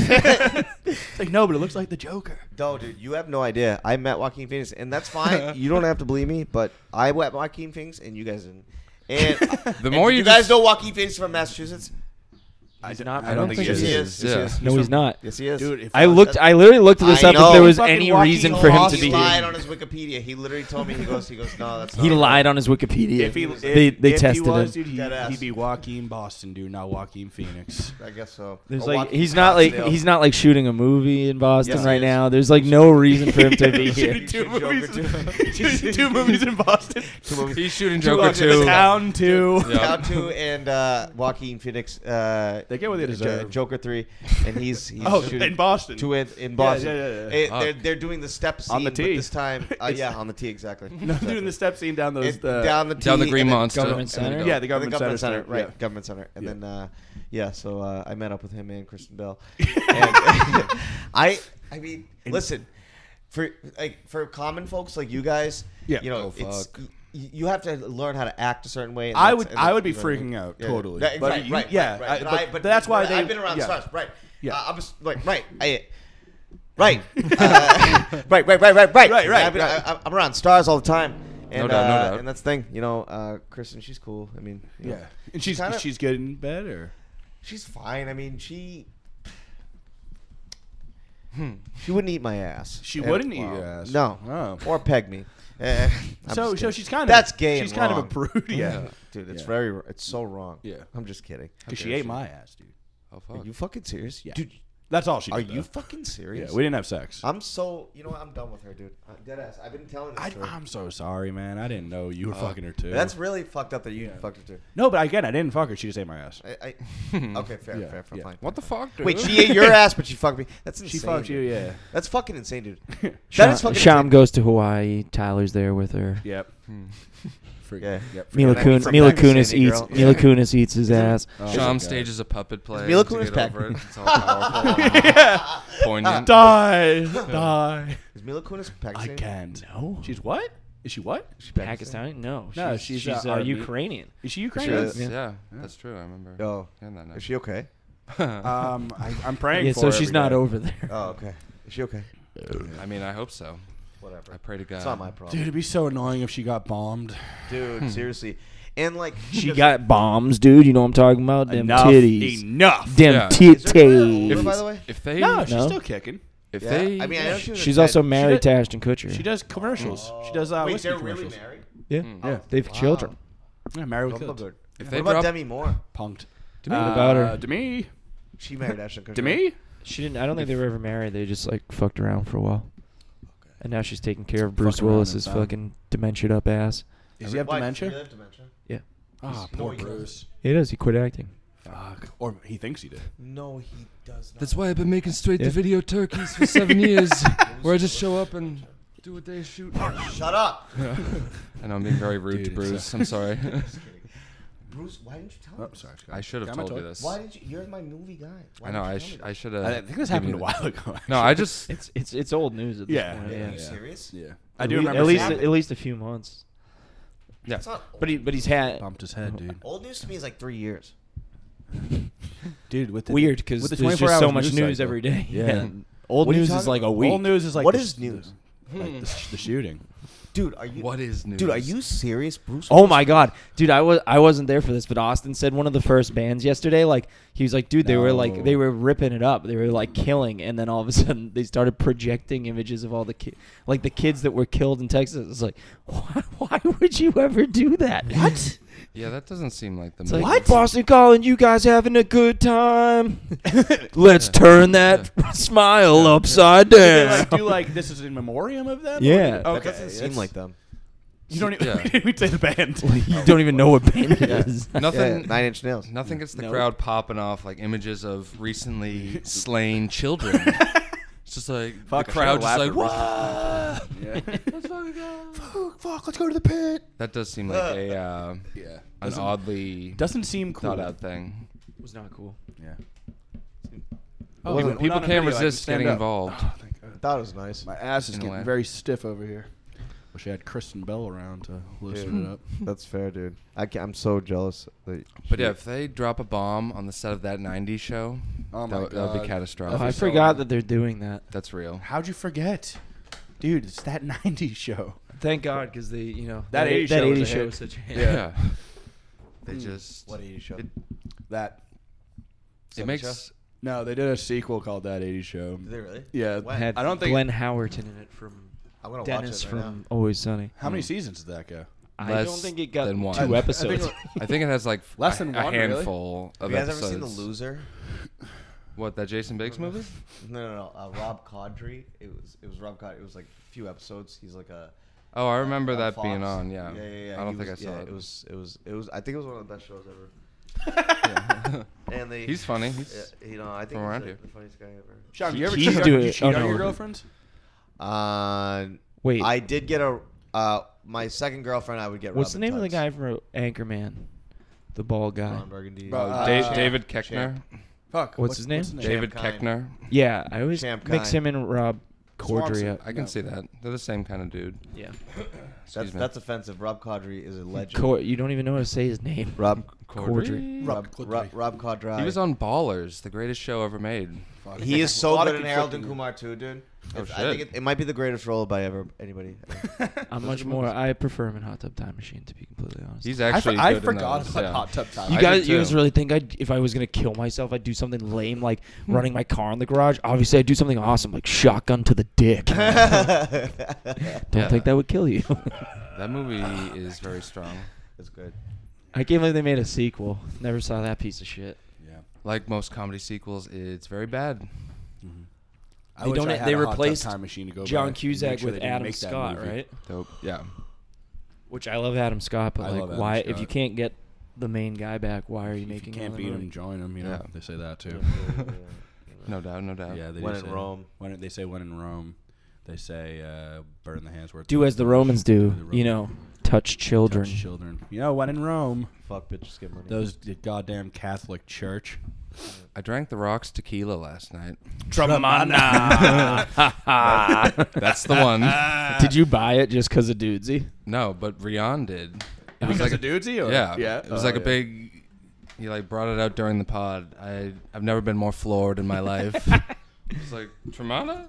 A: it's like, no, but it looks like the Joker.
C: No, dude, you have no idea. I met Joaquin Phoenix, and that's fine. you don't have to believe me, but I met Joaquin Phoenix, and you guys didn't. And
B: The
C: and
B: more
C: do
B: you
C: you guys
B: just-
C: know Joaquin Phoenix from Massachusetts.
A: I d-
D: not
A: I don't think he
C: Yes,
A: is.
C: he is.
B: Yeah.
C: Yes, he is.
D: No, he's not.
C: Yes, he is.
A: Dude, if
D: I looked. I literally looked this
C: I
D: up if
C: know.
D: there was
A: Fucking
D: any
A: Joaquin
D: reason for him
C: He
D: to
A: Phoenix
D: be.
C: lied
D: here.
C: on his Wikipedia. He literally told me. He goes. He goes. No, that's not.
D: He
C: right."
D: lied on his Wikipedia.
A: If he, if,
D: they they
A: if
D: tested
A: he was,
D: him.
A: dude, he,
C: Dead ass.
A: would be Joaquin Boston, dude, not Joaquin Phoenix.
C: I guess so.
D: There's
C: Or
D: like
C: Joaquin
D: he's not like
C: Phoenix.
D: he's not like shooting a movie in Boston
C: Yes, he
D: right
C: is.
D: now. There's like no reason for him to be here.
A: Shooting two,
C: Joker
A: movies
C: too.
A: shooting two movies in Boston.
C: Two movies.
B: He's shooting
A: Two
B: Joker
A: movies in
B: too.
A: Town two.
B: Yeah.
C: Down two and uh, Joaquin Phoenix. Uh,
A: They get what they
C: Jo-
A: deserve.
C: Joker three, and he's he's
A: Oh,
C: shooting
A: in Boston.
C: two in, in
A: yeah,
C: Boston.
A: yeah, yeah.
C: It- they're
B: Fuck.
C: they're doing the step scene
A: On the
C: but
A: tee.
C: this time. Uh,
A: It's-
C: yeah, on the tee exactly.
A: No, I'm doing the step scene down those.
C: It-
A: uh,
C: down the tee,
B: Down the Green
C: and then-
B: Monster.
D: Government
B: and then
D: Center?
B: go.
A: Yeah, the government,
C: the government
A: center,
C: center, right?
A: Yeah.
C: Government center, and
A: Yeah.
C: then uh, yeah. So uh, I met up with him and Kristen Bell. And I, I mean, listen, for like for common folks like you guys,
A: Yeah.
C: you know,
B: Oh,
C: it's
B: fuck.
C: y- y- you have to learn how to act a certain way. and
A: I
C: that's-
A: would-
C: and
A: I
C: that's-
A: would be
C: you know what I mean?
A: freaking out,
C: Yeah,
A: totally.
C: That-
A: But
C: right,
A: you-
C: right,
A: yeah,
C: right, right.
A: I-
C: but,
A: but
C: I, but
A: that's why
C: but
A: they-
C: I've been around
A: yeah.
C: stars, right?
A: Yeah.
C: Uh, I'm just like right, I. Right. Uh, right, right, right, right, right,
A: Right, right,
C: I've been-
A: right.
C: I, am around stars all the time, and
B: doubt, no
C: uh,
B: doubt.
C: and that's the thing, you know. Uh, Kristen, she's cool. I mean, you know,
A: Yeah. And she's
C: kinda-
A: she's getting better.
C: She's fine. I mean, she. hmm, She wouldn't eat my ass.
A: She
C: And-
A: wouldn't eat
C: Wow.
A: your ass.
C: No.
A: Oh.
C: Or peg me. Eh,
A: so
C: I'm just
A: so
C: kidding.
A: she's kind of
C: That's gay
A: She's
C: and
A: kind of a
C: wrong.
A: prude. Yeah.
C: dude. It's
A: Yeah.
C: very. It's so wrong.
A: Yeah.
C: I'm just kidding. How
A: Because she
C: dare
A: ate my ass, dude.
B: Oh
C: Are
B: fuck.
C: you fucking serious?
A: Yeah.
C: Dude,
A: That's all she.
C: are
A: did,
C: you
A: though.
C: fucking serious?
A: Yeah. We didn't have sex.
C: I'm so. You know what? I'm done with her, dude. Uh, dead ass. I've been telling this
A: I,
C: story.
A: I'm so sorry, man. I didn't know you were fucking her too.
C: That's really fucked up that you fucked her too.
A: no, but again, I didn't fuck her. She just ate my ass.
C: I, I, okay, fair,
A: Yeah,
C: fair, fair,
A: yeah.
C: fine.
B: What the fuck, dude?
C: Wait, she ate your ass, but she fucked me. That's insane.
A: She fucked you,
C: dude.
A: yeah.
C: That's fucking insane, dude.
D: Sha-
C: that is fucking.
D: Sham
C: insane.
D: goes to Hawaii. Tyler's there with her.
A: Yep. Freak.
C: Yeah.
A: Yep.
D: Mila,
C: that means
D: Kun-
C: I'm
D: Mila
C: back to
D: Kunis
C: Sandy,
D: eats
C: girl.
D: Mila Kunis eats his ass.
A: Oh,
B: Sham
A: God.
B: stages a puppet play.
C: Mila
B: to
C: Kunis
B: get
C: back.
B: over it. It's all powerful.
A: yeah. Ah,
B: Poignant.
A: Die. Die.
C: Is Mila Kunis
A: I
C: Pakistani?
A: can't. No. She's what? Is she what?
C: Is she
D: Pakistani? No,
A: No, she's, she's, uh, uh, Arme-
D: Ukrainian.
A: Is she
B: She
A: Ukrainian?
B: is,
D: Yeah.
B: yeah. that's true. I remember.
C: Oh,
B: hearing that now.
C: is she okay?
A: Um, I, I'm praying
D: Yeah,
A: for
D: so
A: her
D: she's
A: every
D: not
A: day.
D: over there.
C: Oh, okay. Is she okay?
B: I mean, I hope so.
C: Whatever.
B: I pray to God.
C: It's not my
A: Dude,
C: problem,
A: it'd be so annoying if she got bombed.
C: dude. seriously, and like
D: She
C: because-
D: got bombs, dude. You know what I'm talking about? Them
A: Enough.
D: titties.
A: Enough.
D: Them
B: Yeah.
C: Is there anyone that
D: titties.
C: older, by the way.
B: If they,
A: No, she's
D: No.
A: still kicking.
B: if
C: Yeah,
B: they,
C: I mean, I know she was. a
D: She's
C: kid.
D: also married
A: do-
D: to Ashton Kutcher.
A: She does commercials. She does uh,
C: Wait,
A: whiskey
C: they're really
A: commercials.
C: married.
D: Yeah.
C: Hmm. Oh.
A: Yeah.
D: They have children.
A: Yeah, married with kids.
C: Bumblebird.
B: if
C: What
B: they
C: about
B: drop,
C: Demi Moore?
A: Punked. Uh,
D: To me, what about her?
A: To me.
C: She married Ashton Kutcher.
A: To me.
D: She didn't. I don't think they were ever married. They just like fucked around for a while, and now she's taking care of Bruce
A: Fucking around
D: Willis's
A: and found-
D: fucking dementia up ass.
A: Does he have
C: Why?
A: dementia?
C: Does he have dementia?
D: Yeah,
A: Ah,
C: No,
A: poor
C: he doesn't.
A: Bruce.
D: it is. He quit acting.
A: Fuck. Or he thinks he did.
C: No, he does not.
B: that's why I've been making straight
D: Yeah.
B: to video turkeys for seven years, where I just show up and do what they shoot.
C: Shut up.
B: I know I'm being very rude to
A: Dude, it's-
B: Bruce. I'm sorry.
C: Just kidding. Bruce, why didn't you tell me?
A: Oh,
C: this?
A: sorry. Scott.
B: I should have
A: Got my
B: told you
A: toy.
B: this.
C: Why did you? You're my movie guy. Why
B: I
C: didn't you tell
B: know. I, sh-
C: me
B: I
C: this?
B: should have.
A: I think this happened a while ago. Actually.
B: No, I just.
D: It's it's it's old news at this
A: Yeah.
D: point.
A: Yeah.
C: Are
D: Yeah.
C: you serious?
A: Yeah. I do
D: At
A: remember.
D: least
A: seeing
C: happened.
A: it.
D: at least a few months.
B: Yeah.
C: It's not old.
D: But he but he's had
A: bumped his head, dude.
C: old news to me is like three years.
A: Dude, with the,
D: weird because
A: with the
D: there's
A: 24
D: just so
A: hours
D: much news
A: cycle.
D: every day.
A: Yeah.
D: Old
C: What are you
D: news is
C: talking
D: like a
C: about?
D: week.
A: Old news is like
C: What
A: the,
C: is news?
A: Like the, sh- the shooting.
C: Dude, are you?
B: What is news?
C: Dude, are you serious, Bruce?
D: Oh my god, dude! I was I wasn't there for this, but Austin said one of the first bands yesterday. Like he was like, dude, they were like
A: No.
D: they were ripping it up. They were like killing, and then all of a sudden they started projecting images of all the ki- like the kids that were killed in Texas. It's like, why, why would you ever do that? What?
B: Yeah, that doesn't seem like the.
D: It's like,
B: moment.
D: Boston calling you guys having a good time. Let's turn that smile upside
A: Did they
D: down.
A: like do like this is in memoriam of them?
D: Yeah.
A: Or,
C: That
A: okay.
C: doesn't seem
A: that's-
C: like them.
A: You don't even.
B: Yeah.
A: we didn't say the band.
D: you don't even know what band it is.
B: Nothing.
C: Yeah, Nine Inch Nails.
B: Nothing gets the
D: No.
B: crowd popping off like images of recently slain children. it's just like
A: Fuck,
B: the crowd just
A: should've
B: like what?
A: laughed at Bruce. Yeah.
B: Fuck, fuck, let's go to the pit. That does seem like a uh,
A: yeah.
B: an
A: Doesn't-
B: oddly
A: Doesn't seem cool.
B: thought out thing.
D: was not cool.
A: Yeah.
B: Oh, people people can't resist getting involved.
A: Oh,
C: I thought it was nice.
A: My ass is
B: In a
A: getting
B: way.
A: very stiff over here. Wish I had Kristen Bell around to loosen it up.
C: That's fair, dude. I ca I'm so jealous. That
B: But yeah, if they drop a bomb on the set of that '90s show,
A: Oh my
B: that, would- that would
A: God.
B: be
D: Oh,
B: catastrophic.
D: I forgot that they're doing that.
B: That's real.
A: How'd you forget? Dude, it's that 90s show.
D: Thank God, because they, you know,
A: That 80 show was a hit.
D: was such a hit.
B: Yeah. They
A: Hmm.
B: just
C: What 80s show?
B: It,
A: That.
B: it
C: 70s
B: makes
A: No, they did a sequel called That 80s Show.
C: Did they really?
A: Yeah.
C: When?
D: Had
A: I don't think-
D: Glenn Howerton in it from
C: I'm gonna
D: Dennis
C: watch it right
D: from Always Sunny.
A: How many seasons did that go?
D: I don't
B: Less
D: think it got
B: than one. I- I
D: two
B: think
D: episodes.
A: it
B: I think it has like
A: Less
B: a,
A: than
B: a
A: one, really?
B: handful
C: now. Have
B: of
C: you guys
B: episodes.
C: ever seen The Loser?
B: What that Jason Biggs movie?
C: No, no, no. Uh, Rob Caudry. It was. It was Rob Caudry. It was like a few episodes. He's like a.
B: Oh, I remember
C: on
B: that
C: Fox.
B: being on. Yeah.
C: Yeah, yeah, yeah.
B: I
C: He
B: don't think
C: was-
B: I saw
C: yeah,
B: it.
C: It was. It was. It was. I think it was one of the best shows ever. and they.
B: He's funny. He's
C: Yeah, you know, I think
B: from around
C: he's
B: here.
C: the, the funniest guy ever.
A: Sean,
D: He-
A: you ever
D: he
A: cheat
D: used
A: on,
D: to do
A: you
D: it.
A: cheat
D: Oh,
A: on
D: no.
A: your girlfriends?
C: Uh,
D: Wait.
C: I did get a. Uh, my second girlfriend, I would get.
D: What's the
C: Robin
D: name of the guy
C: Tubbs.
D: from Anchorman? The bald guy.
C: Ron Burgundy.
A: Bro,
B: Da-
A: Uh,
B: Da-
A: Champ.
B: David Keckner.
C: Champ.
A: Fuck.
D: What's his name?
B: David
C: Champ
B: Keckner.
D: Yeah, I always
C: Champ
D: mix
C: Kine.
D: him and Rob Corddry
A: Swanson.
D: up.
B: I can
A: No.
B: see that. They're the same kind of dude.
D: Yeah.
C: That's,
B: Excuse me.
C: that's offensive. Rob Caudry is a legend.
D: Cor- you don't even know how to say his name.
C: Rob.
D: Corddry.
C: Rob.
A: Rob Corddry.
C: Rob, Rob Caudry.
B: He was on Ballers, the greatest show ever made.
A: Fuck.
C: He is
A: A
C: so
A: lot
C: good
A: of
C: in
A: conflicting-
C: Harold and Kumar too, dude.
B: Oh,
C: It's- I think
B: shit.
C: it, it might be the greatest role by ever anybody.
D: I'm much more. I prefer him in Hot Tub Time Machine, to be completely honest.
B: He's
A: I,
B: actually.
A: for- I
B: good in
A: forgot
B: those,
A: about
B: yeah.
A: Hot Tub Time.
D: you
B: I
D: guys,
B: do
D: you guys
B: too.
D: really think I'd, if I was gonna kill myself, I'd do something lame like running my car in the garage? Obviously, I'd do something awesome like shotgun to the dick. Don't
B: Yeah.
D: think that would kill you.
B: That movie is very strong.
C: It's good.
D: I can't believe they made a sequel. Never saw that piece of shit.
A: yeah.
B: Like most comedy sequels, it's very bad.
A: I
D: They
A: wish
D: don't-
A: I had
D: they
A: a Hot Tub
D: replaced
A: Time machine to go
D: John
A: back and make sure
D: Cusack
A: they
D: with
A: didn't
D: Adam
A: make that
D: Scott,
A: movie.
D: right?
B: Dope. Yeah.
D: Which I love Adam Scott, but
A: I
D: like,
A: love Adam
D: why? If
A: Scott.
D: you can't get the main guy back, why are you
A: If
D: making?
A: you can't
D: another
A: beat
D: movie?
A: him, join him. You know
B: Yeah.
A: they say that too.
B: No doubt. No doubt.
A: yeah, they
C: When
A: do
C: in
A: say-
C: Rome.
A: When it- they say when in Rome, they say uh, burn the hands worth.
D: Do as the Romans do, you know, touch children.
A: Touch children. You know when in Rome,
C: Fuck bitches get money.
A: those d- goddamn Catholic Church.
B: I drank the rocks tequila last night. That's the one.
D: Did you buy it just because of dudesy?
B: No, but Rion did. It
A: Because
B: was like
A: of dudesy, or-
B: yeah,
A: yeah.
B: It was
A: Oh,
B: like a
A: yeah.
B: big. He like brought it out during the pod. I I've never been more floored in my life. It's like Tremana.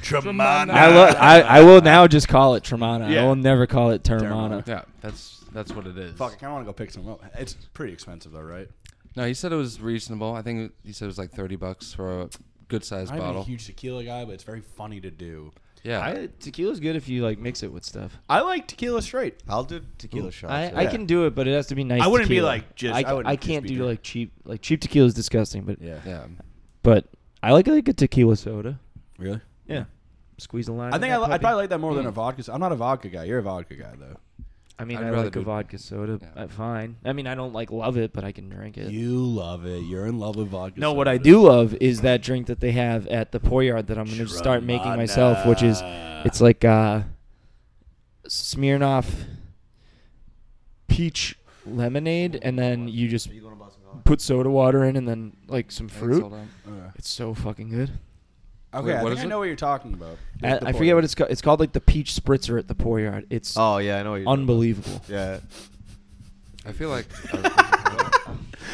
B: Tremana.
D: I, lo- I I will now just call it Tremana. I will never call it Termana.
A: Termana.
B: Yeah, that's that's what it is.
A: Fuck, I kind of want to go pick some up. It's pretty expensive though, right?
B: No, he said it was reasonable. I think he said it was like thirty bucks for a good sized
A: I'm a
B: bottle.
A: huge tequila guy, but it's very funny to do.
B: yeah,
D: I, tequila's good if you like mix it with stuff.
A: I like tequila straight.
C: I'll do tequila shots.
D: I,
C: yeah.
D: I can do it, but it has to be nice.
A: I wouldn't be,
D: tequila.
A: like, just-
D: I,
A: I wouldn't
D: I
A: just
D: can't
A: be
D: do
A: drinking.
D: like cheap. Like cheap tequila is disgusting, but
A: Yeah,
B: yeah.
D: but I like like a tequila soda.
A: really.
D: Yeah, squeeze a line.
A: I
D: in
A: think I,
D: that
A: li- I'd
D: puppy.
A: probably like that Mm. more than a vodka. so- I'm not a vodka guy. You're a vodka guy though.
D: I mean,
B: I'd
D: i
B: rather
D: like a
B: do-
D: vodka soda.
B: yeah.
D: uh, fine. I mean, I don't like love it, but I can drink it.
A: You love it. You're in love with vodka.
D: No, what I do love is that drink that they have at the Poyard that I'm going to start making myself, which is it's like uh, Smirnoff peach lemonade, and then you just
C: Are you going to Boston College?
D: put soda water in, and then like some fruit.
A: Uh,
D: It's so fucking good.
A: okay,
B: Wait,
A: I
B: what
A: think
B: is
A: I
B: it?
A: know what you're talking about.
D: I, I forget what it's called. It's called like the peach spritzer at the Poyard. It's
C: Oh yeah, I know what you're doing.
D: unbelievable.
C: Yeah.
B: I feel like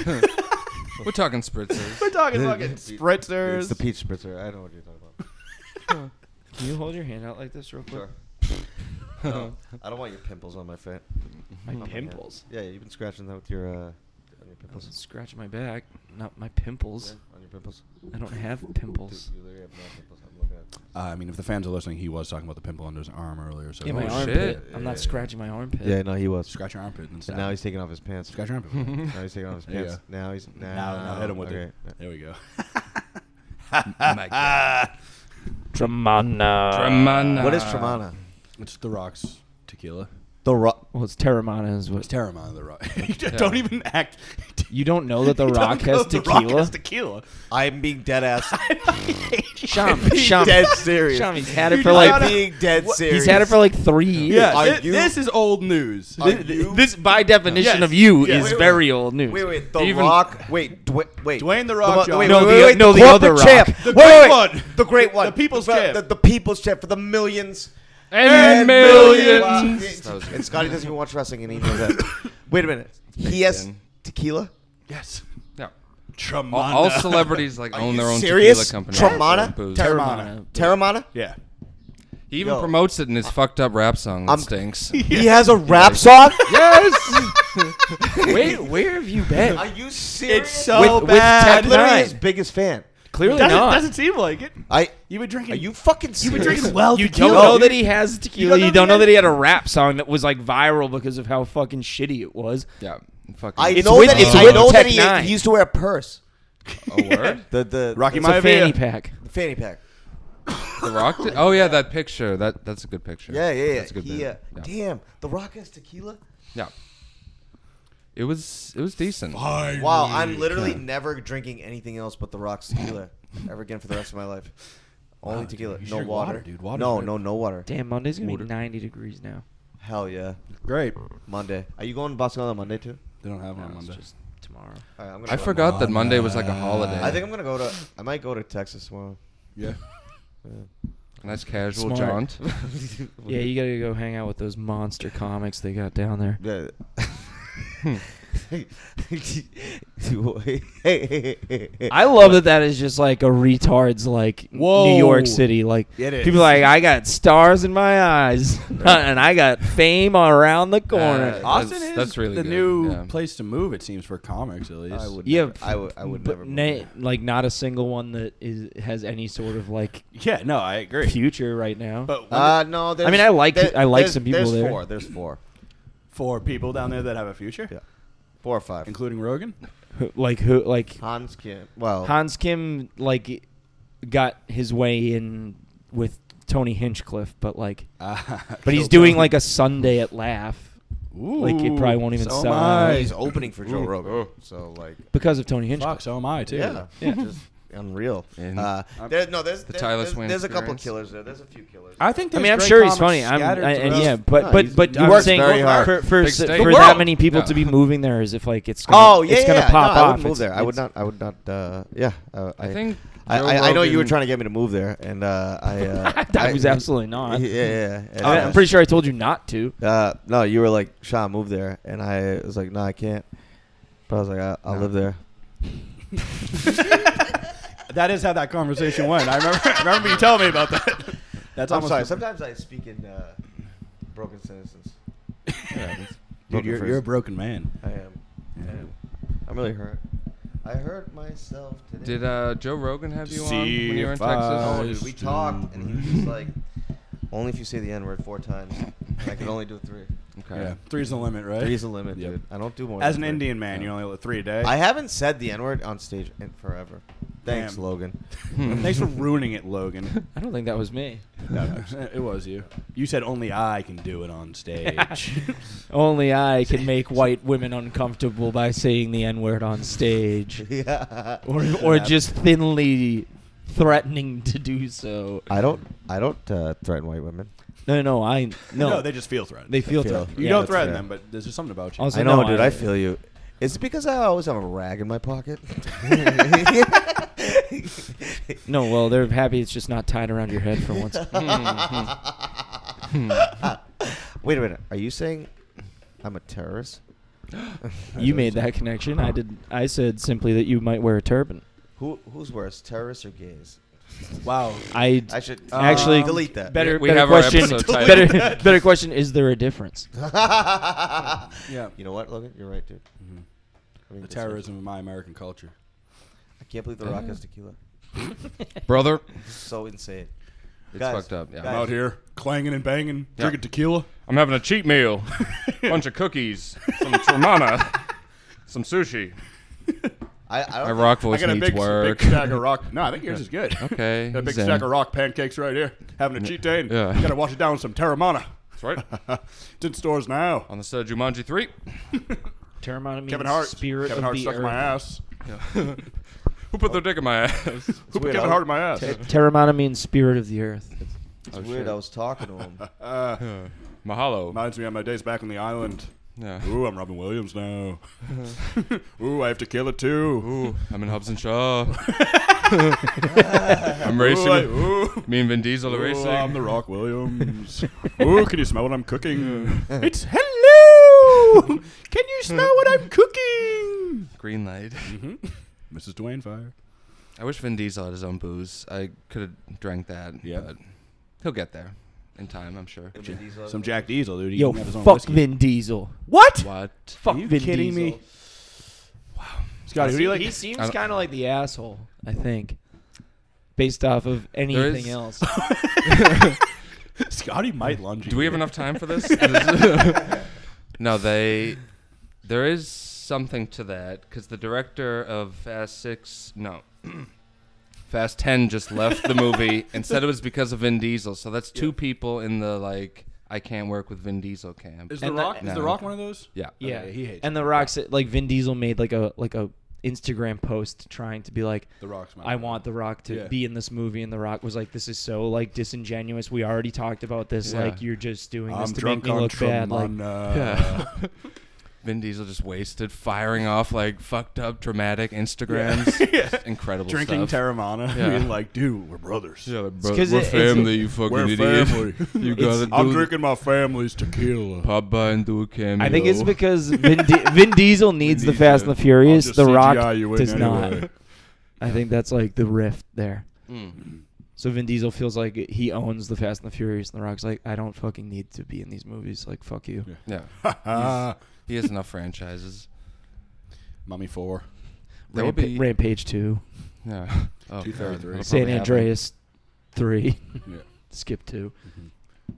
B: we're talking spritzers.
A: We're talking fucking spritzers.
C: It's the peach spritzer. I know what you're talking about.
D: Can you hold your hand out like this real quick?
C: Sure. No,
A: Oh.
C: I don't want your pimples on my face.
D: My
C: on hand.
D: pimples.
C: Yeah, you've been scratching that with your uh, on your pimples.
D: Scratch my back, not my
C: Yeah,
D: pimples.
C: on your pimples.
D: I don't have
C: Dude,
D: pimples.
C: you literally have no pimples. I'm looking at.
A: Uh, I mean, if the fans are listening, he was talking about the pimple under his arm earlier. So
D: Yeah, my
B: Oh,
D: armpit.
B: shit.
D: I'm not scratching my armpit.
C: Yeah, no, he was.
A: Scratch your armpit and
C: And now he's taking off his pants.
A: scratch your armpit.
C: Now he's taking off his
A: There you
C: pants. Now he's now.
A: Now, now hit him with
C: okay.
A: it. There we go.
B: My God.
D: Tremana.
B: Tremana.
C: What is Tremana?
A: It's the rocks tequila.
C: The rock.
D: Well, it's Terramana is
A: It's
D: what.
A: Terramana of the Rock. you don't even act.
D: You don't know that The
A: You don't
D: Rock
A: know
D: has
A: The
D: tequila.
A: Rock has tequila.
C: I'm being dead ass.
D: Sham,
C: being
D: Sham,
C: dead serious.
D: Sham, he's had it
A: You
D: for
A: don't
D: like.
A: know-
C: I'm being dead serious.
D: He's had it for like three years.
A: Yeah,
C: Are
A: thi-
C: you-
A: this is old news.
C: Are
A: Thi-
C: you-
D: This, by definition
A: Yes.
D: of you,
A: Yes.
D: is
A: Wait, wait.
D: very old news.
C: Wait, wait. The
B: Even-
C: Rock. Wait, Dwayne. Wait.
A: Dwayne The Rock
C: Mo- wait,
A: Johnson.
C: wait,
D: No,
C: wait,
D: the-
C: wait,
D: no, the
C: corporate
D: other Rock.
C: champ.
D: The
A: great
C: Wait, wait, wait.
A: one.
C: The great one.
A: The people's
C: the,
A: champ.
C: The, the people's champ for the millions.
B: And millions. That was
C: And Scotty doesn't even watch wrestling, and he knows that. Wait a minute. He has
B: Nathan.
C: tequila.
A: yes.
B: Yeah.
A: Tremana.
B: All, all celebrities like
C: you
B: own their own
C: serious?
B: tequila company.
C: Tremana?
B: Booze.
C: Ter-
A: Terramana.
C: Terramana.
A: Yeah.
B: he even
C: Yo.
B: promotes it in his fucked up rap song that
C: I'm-
B: stinks.
C: He has a rap song.
B: yes.
D: Wait, where have you been?
C: Are you serious?
A: It's so With- with bad.
C: I'm literally
D: Nine.
C: his biggest fan.
D: Clearly
A: Doesn't,
D: not.
A: doesn't seem like it.
C: I.
A: You were drinking.
C: Are you fucking serious?
A: were drinking well
D: you
A: tequila.
D: don't know that he has tequila. You don't know that he had a rap song that was like viral because of how fucking shitty it was.
B: yeah. Fucking.
C: I
D: It's
C: know
D: with-
C: that.
D: it's
C: I
D: with
C: know that
D: Tech
C: he,
D: Nine.
C: he used to wear a purse.
B: a word.
C: The the
A: Rocky
D: It's a
A: Maivia.
D: fanny pack.
C: the fanny pack.
B: The Rock. Did? Oh yeah, that picture. That that's a good picture.
C: Yeah, yeah, yeah.
B: That's a good
C: he, uh,
B: bit. yeah.
C: Damn, The Rock has tequila.
B: Yeah. It was it was decent.
C: Wow, I'm literally never drinking anything else but The Rock's tequila ever again for the rest of my life. Only
A: dude,
C: tequila,
A: you should
C: no
A: drink
C: water,
A: water, dude. Water's
C: no,
A: good.
C: no, no water.
D: Damn, Monday's gonna
B: Water.
D: be 90 degrees now.
C: Hell yeah,
A: Great.
C: Monday. Are you going to Boston on Monday too?
A: They don't have one on
D: No, it's
A: Monday.
D: just tomorrow.
C: All right, I'm gonna
B: I
C: go.
B: forgot that Monday was like a holiday.
C: I think I'm gonna go to. I might go to Texas tomorrow.
A: Yeah.
B: nice casual
D: Smart.
B: jaunt.
D: Yeah, you gotta go hang out with those monster comics they got down there.
C: Yeah.
D: I love that that is just like a retard's like New
A: Whoa.
D: York City like
A: It is.
D: people are like I got stars in my eyes and I got fame around the corner.
B: Uh,
A: Austin
B: That's-
A: is
B: that's really
A: the
B: good,
A: new
B: yeah.
A: place to move. It seems for comics at least.
C: I would.
D: Yeah,
C: never, I would. I would
D: but
C: never.
D: na- like not a single one that is has any sort of like
A: Yeah, no, I agree.
D: future right now.
A: But when-
C: Uh, no. There's,
D: mean, I like- I like
C: there's-
D: some people
C: There's
D: there.
C: four. There's four.
A: for people down there that have a future,
C: Yeah. Four or five.
A: including Rogan.
D: Who- like who like
C: Hans Kim. Well,
D: Hans Kim like got his way in with Tony Hinchcliffe, but like
A: Uh,
D: but he's doing like a Sunday at Laugh like, it probably won't even
A: so
D: sell
A: Am
D: out.
A: I.
C: he's opening for Joe
A: Ooh.
C: Rogan.
B: Oh.
C: So like,
D: because of Tony Hinchcliffe.
A: Fuck, so am I too.
C: yeah, yeah, just unreal.
B: And-
C: Uh, there, no, there's
B: The
C: there-
B: Tyler
C: there's,
B: Swain
C: there's a couple killers
B: experience.
C: there. There's a few killers.
A: I think.
D: I
A: there's
D: mean, I'm
A: great
D: sure he's
A: comics
D: funny. I'm,
A: scattered
D: I, and
A: throughout-
D: yeah, but
C: No, he's-
D: but but
C: he
D: I'm
C: works
D: saying
C: very hard.
D: for for,
B: Big
D: s- for
B: stage. The
D: that
B: world.
D: many people
B: No.
D: to be moving there is if like it's gonna,
C: Oh yeah,
D: it's gonna
C: yeah,
D: pop
C: no, I
D: off.
C: wouldn't move
D: It's-
C: there. I would
D: it's-
C: not. I would not. Uh, yeah, uh,
B: I think
C: I,
B: Joe
C: I, I know you were
B: Rogan-
C: trying to get me to move there, and uh, I. Uh,
D: I was absolutely not.
C: Yeah, yeah. yeah.
D: I mean, I'm pretty sure I told you not to.
C: Uh, no, you were like, "Sean, move there," and I was like, "No, I can't." But I was like, I, "I'll
B: No.
C: live there."
A: That is how that conversation went. I remember. I remember you telling me about that. That's
C: I'm
A: almost-
C: sorry. Sometimes I speak in uh, broken sentences.
A: Dude,
C: Broken
A: you're,
C: phrase.
A: you're a broken man.
C: I am. I am. I'm really hurt. I hurt myself today.
B: Did uh, Joe Rogan have you on
A: See
B: when you were in
A: if
B: Texas?
A: I-
C: Oh, dude, we talked, and he was just like, "Only if you say the N word four times." And I can only do three.
B: okay.
A: Yeah, three's the limit, right?
C: Three's the limit,
A: Yep.
C: dude. I don't do more.
A: As an
C: than three.
A: Indian man, you only let three a day.
C: I haven't said the N word on stage in forever. Thanks,
A: Damn.
C: Logan.
B: Hmm.
A: Thanks for ruining it, Logan.
D: I don't think that was me.
A: No, it was you. You said only I can do it on stage.
D: Only I can make white women uncomfortable by saying the N word on stage,
C: yeah.
D: or or just thinly threatening to do so.
C: I don't. I don't uh, threaten white women.
D: No, no, I no.
A: they just feel threatened.
D: They feel
C: feel.
D: threatened.
A: you
D: Yeah,
A: don't
D: that's
A: threaten
C: fair.
A: them, but there's just something about you.
D: Also- So
C: I know,
D: no,
C: dude.
D: I-
C: I, feel you. Is it because I always have a rag in my pocket?
D: No, well, they're happy it's just not tied around your head for once.
C: Wait a minute. Are you saying I'm a terrorist?
D: you made that connection. I did. I said simply that you might wear a turban.
C: Who who's worse, terrorists or gays?
A: wow.
D: I,
C: I should uh,
A: Um,
D: actually
C: delete that.
D: Better,
B: We
D: better
B: have our
D: question.
B: episode title.
D: better, better question. Is there a difference?
A: Yeah.
C: You know what, Logan? You're right, dude. I mean,
A: The
C: this is-
A: terrorism of my American culture.
C: I can't believe the Rock has tequila.
B: brother.
C: This is so insane.
B: It's
C: Guys,
B: fucked up. Yeah.
C: guys.
A: Out here clanging and banging,
B: Yeah.
A: drinking tequila.
B: I'm having a cheat meal, bunch of cookies, some tremana, some sushi.
C: I, I don't
B: My
C: think-
B: rock
A: I
B: voice
A: got a
B: needs
A: big,
B: work.
A: big stack of rock. No, I think yours is good.
B: Okay,
A: Got a big
B: zen.
A: stack of rock pancakes right here. Having a cheat day. And
B: Yeah.
A: Got to wash it down with some Terramana.
B: That's right.
A: it's in stores now.
B: On the set of Jumanji three.
D: Term means
A: Kevin Hart.
D: Spirit
A: Kevin Hart
D: of the
A: stuck in
D: earth.
A: my ass.
B: Who put their dick in my ass?
A: Who put
C: weird,
A: Kevin
C: huh?
A: Hart in my ass?
D: Terramana means spirit of the earth.
C: It's
B: Oh,
C: weird.
B: shit.
C: I was talking to him.
B: Mahalo.
A: Reminds me of my days back on the island.
B: yeah.
A: Ooh, I'm Robin Williams now. Ooh, I have to kill it too.
B: Ooh, I'm in Hobson Shaw. I'm racing.
A: Ooh, I- ooh.
B: Me and Vin Diesel are
A: Ooh,
B: racing.
A: Oh, I'm the Rock Williams. Ooh, can you smell what I'm cooking? it's hello. Can you smell what I'm cooking?
B: Green light.
A: Mrs. Dwayne Fire.
B: I wish Vin Diesel had his own booze. I could have drank that.
A: Yeah.
B: But he'll get there in time, I'm sure.
A: Some Jack Diesel, dude. He
D: Yo,
A: can have his own
D: fuck
A: whiskey.
D: Vin Diesel.
A: What?
B: What?
D: Fuck
A: Are you
D: Vin
A: kidding
D: Diesel.
A: me? Scotty, who do you like?
D: He seems
B: I don't-
D: kind of like the asshole. I think, based off of anything
B: is-
D: else.
A: Scotty might lunge.
B: Do we have enough time for this? This- no, they. There is something to that because the director of Fast Six, no, Fast Ten just left the movie and said it was because of Vin Diesel. So that's two people in the like I can't work with Vin Diesel camp. Uh,
A: Is the
D: And the-
A: Rock? Is
B: No.
A: the Rock one of those?
B: Yeah,
D: Yeah,
A: Okay, he hates
D: and the Rock said, like Vin Diesel made like a like a Instagram post trying to be like,
A: The Rock's my.
D: I want The Rock to
A: Yeah.
D: be in this movie, and The Rock was like, "This is so like disingenuous. We already talked about this.
B: Yeah.
D: Like, you're just doing this
A: I'm
D: to
A: drunk
D: make me
A: on
D: look bad." Like,
A: Tremana.
B: yeah. Vin Diesel just wasted, firing off like fucked up, dramatic Instagrams.
A: Yeah.
B: Just Incredible
A: Drinking
B: stuff.
A: Terramana.
B: Yeah.
A: Being like, dude, we're brothers.
B: Yeah, like,
D: 'cause
B: we're
D: it- it's-
B: family, you fucking
A: We're
B: idiot.
A: family.
B: You gotta
A: I'm
B: do
A: drinking my family's tequila.
B: pop by and do a cameo.
D: I think it's because Vin, Di- Vin Diesel needs the
A: Diesel.
D: Fast and the Furious.
A: I'll just
D: The Rock
A: CGI you in
D: does
A: anyway.
D: not. I think that's like the rift there.
B: Mm.
D: So Vin Diesel feels like he owns the Fast and the Furious, and The Rock's like, I don't fucking need to be in these movies. Like, fuck you.
A: Yeah.
B: Yeah,
A: Ah,
B: he has enough franchises.
A: Mummy Four.
B: There will
D: Rampa-
B: be
D: Rampage Two,
B: yeah. Oh, God,
A: 233.
B: that'll
D: San
B: probably happen.
D: Andreas Three,
A: Yeah.
D: skip two.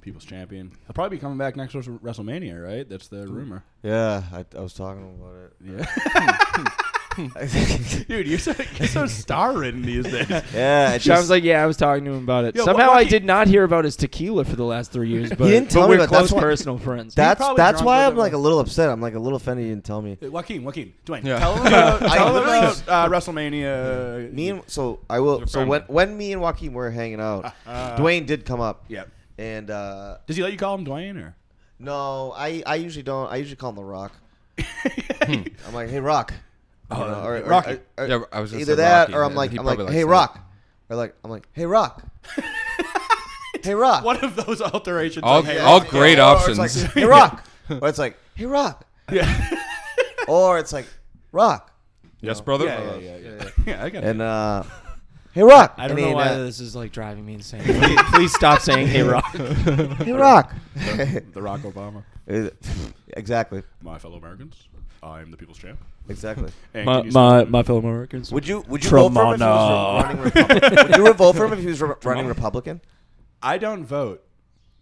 A: People's champion. He'll probably be coming back next year's WrestleMania, right? That's the rumor.
C: Yeah, I, I was talking about
A: Yeah.
C: it.
A: Dude, you're so, you're so star ridden these days.
C: yeah, I
D: Sean was
C: just-
D: like, yeah, I was talking to him about it.
A: Yo,
D: Somehow
A: why
D: I
A: can't-
D: did not hear about his tequila for the last three years, but,
C: didn't
D: but
C: tell me
D: we're
C: about-
D: close
C: that's why-
D: personal friends.
C: that's
A: probably
C: that's
A: drunk
C: why
A: with
C: I'm
A: that
C: like a
A: one.
C: little upset. I'm like a little offended you didn't tell me.
A: Uh, Joaquin, Joaquin, Dwayne,
B: Yeah.
A: tell him about,
C: I
A: tell him
C: literally
A: about
C: just-
A: uh, WrestleMania.
C: Me and so I will.
B: Your
C: So
B: friend.
C: when when me and Joaquin were hanging out,
A: Uh,
C: Dwayne did come up.
A: Yep.
C: And uh,
A: Does he let you call him Dwayne or?
C: no, I I usually don't. I usually call him the Rock. I'm like, hey Rock. You
A: Oh,
C: know,
A: Rocky.
B: Yeah, I was gonna
C: either
B: say
C: that
B: Rocky,
C: or I'm
B: yeah,
C: like
B: he
C: I'm like
B: probably
C: hey
B: likes
C: Rock,
B: that.
C: or like I'm like hey Rock, hey Rock,
A: One of those alterations.
B: All-
A: like, hey,
B: all
A: Rocky.
B: great
C: or
B: options.
C: It's like, hey Rock, or it's like hey Rock,
A: Yeah.
C: or it's like Rock, Uh,
B: Yes, brother. Uh,
A: Yeah, yeah, yeah, yeah. yeah I got it.
C: and uh, hey Rock.
D: I don't
C: And
D: know
C: then,
D: why
C: uh,
D: this is like driving me insane. please, please stop saying "Hey Rock."
C: hey Rock.
A: The Rock Obama.
C: exactly,
A: My fellow Americans, I am the people's champ.
C: exactly.
A: And
D: My
A: can you
D: my,
A: stop-
D: my fellow Americans.
C: Would you would you vote for him
A: Tremona.
C: if he was re- running Republican? would you re- vote for him if he was re- running Republican?
A: I don't vote.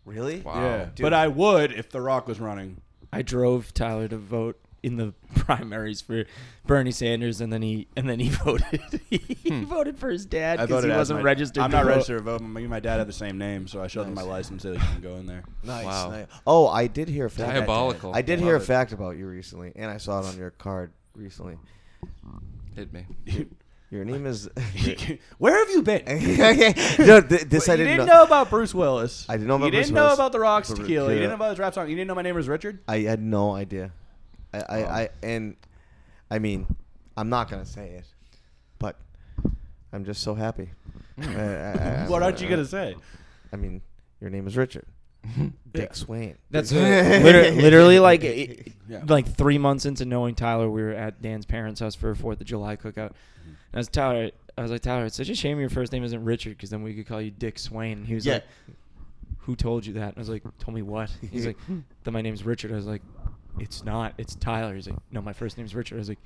C: Really?
B: Wow.
A: yeah,
C: dude.
A: but I would if The Rock was running.
D: I drove Tyler to vote in the primaries for Bernie Sanders, and then he and then he voted. he voted for his dad because he
A: Hmm. as
D: wasn't
A: my-
D: registered.
A: I'm
D: to
A: not
D: vote.
A: registered to vote. but Me and my dad have the same name, so I showed them my
C: Nice.
A: license. They like, you can go in there.
C: Nice.
B: Wow.
C: nice. Oh, I did hear a fact.
B: Diabolical.
C: I did
B: Love
C: hear a
B: it.
C: fact about you recently, and I saw it on your card recently.
B: Hit me.
C: Your name is.
A: Where have you been?
C: no, th- this I
A: you
C: didn't know.
A: about Bruce Willis.
C: I didn't know about
A: You
C: Bruce
A: didn't know
C: Willis.
A: about The Rock's
C: Bru-
A: tequila. You
C: yeah.
A: didn't know about his rap song. You didn't know my name is Richard.
C: I had no idea. I, I, I and I mean, I'm not gonna say it, but I'm just so happy. I- I- I-
A: Hmm. what aren't you
C: I-
A: gonna say?
C: I mean, your name is Richard. Dick
A: Yeah.
C: Swain.
D: That's what- liter- literally like it- like three months into knowing Tyler, we were at Dan's parents' house for a Fourth of July cookout. And
C: Mm-hmm.
D: I was Tyler. I was like Tyler. It's such a shame your first name isn't Richard because then we could call you Dick Swain. And he was
C: Yeah.
D: like, "Who told you that?" And I was like, "Told me what?" He's like, "That my name's Richard." I was like, "It's not. It's Tyler." He's like, "No, my first name's Richard." I was like.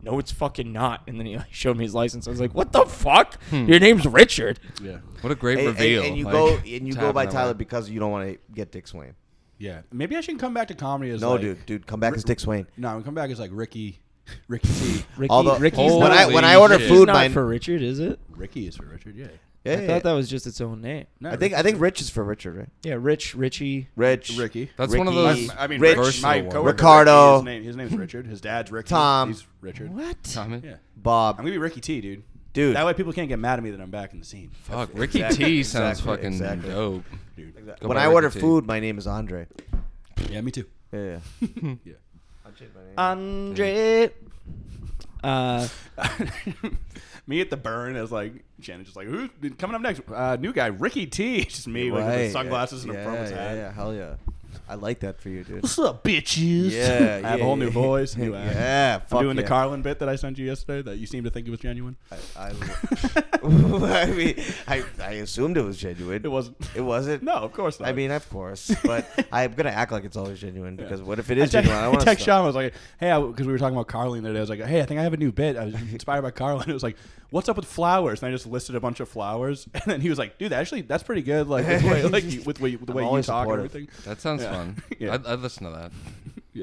D: No, it's fucking not. And then he like, showed me his license. I was like, "What the fuck?
B: Hmm.
D: Your name's Richard."
A: Yeah.
B: What a great
C: and, and-
B: reveal.
C: and you
B: like,
C: go and you
B: to
C: go
B: happen
C: by
B: that
C: Tyler
B: way.
C: because you don't want to get Dick Swain.
A: Yeah. Maybe I should come back to comedy as
C: No,
A: like-
C: dude, dude, come back as Dick Swain.
A: No, I'm come back as like Ricky. Ricky C.
D: Ricky,
C: Although-
D: Ricky's
B: Holy
D: not,
C: when I when I
B: shit.
C: order
B: He's
D: Ricky's
C: food,
D: not
C: mine.
D: for Richard, is it?
A: Ricky is for Richard. Yeah.
C: yeah,
D: I
C: yeah,
D: thought that
C: yeah.
D: was just its own name.
A: No,
C: I think I think Rich is for Richard, right?
D: Yeah, Rich, Richie.
C: Rich,
A: Ricky.
B: That's one of
C: Ricky,
B: those-
A: I mean,
C: Rich,
A: Rich, my
B: Versatile
A: coworker,
B: one.
C: Ricardo.
A: Ricky, his, name, his name's Richard. His dad's Ricky.
C: Tom.
A: He's Richard.
D: What?
B: Tommy?
A: Yeah.
C: Bob.
A: I'm gonna be Ricky T, dude.
C: Dude.
A: That way people can't get mad at me that I'm back in the scene.
B: Fuck, Ricky
C: Exactly,
B: T sounds
C: exactly,
B: fucking
C: exactly.
B: dope.
A: Dude.
C: Exact-
B: Go
C: when
B: by
C: I
B: Ricky
C: order
B: T.
C: food, my name is Andre.
A: Yeah, me too.
C: Yeah.
A: Yeah.
D: Andre. Uh,
A: me at the burn is like Shannon, just like who's coming up next? Uh, new guy, Ricky T. It's just me, like with the sunglasses and a performance
C: yeah,
A: hat.
C: Yeah, hell yeah. I like that for you, dude.
A: What's up, bitches?
C: Yeah,
A: I have
C: yeah,
A: a whole
C: yeah.
A: new voice, new act.
C: yeah, fuck
A: I'm doing
C: yeah.
A: the Carlin bit that I sent you yesterday that you seem to think it was genuine.
C: I, I, I mean, I, I assumed it was genuine.
A: It wasn't.
C: It wasn't.
A: No, of course not.
C: I mean, of course, but I'm gonna act like it's always genuine
A: Yeah.
C: because what if it is
A: I text-
C: genuine? I
A: I
C: want to
A: text Sean. I was like, "Hey," because we were talking about Carlin the other day. I was like, "Hey, I think I have a new bit. I was inspired by Carlin." It was like, "What's up with flowers?" And I just listed a bunch of flowers, and then he was like, "Dude, actually, that's pretty good. Like, with the way, like you- with, way- with the
C: I'm
A: way you
C: always
A: talk
C: supportive.
A: and everything."
B: That sounds
A: Yeah.
B: fun.
A: Yeah.
B: I'd, I'd listen to that.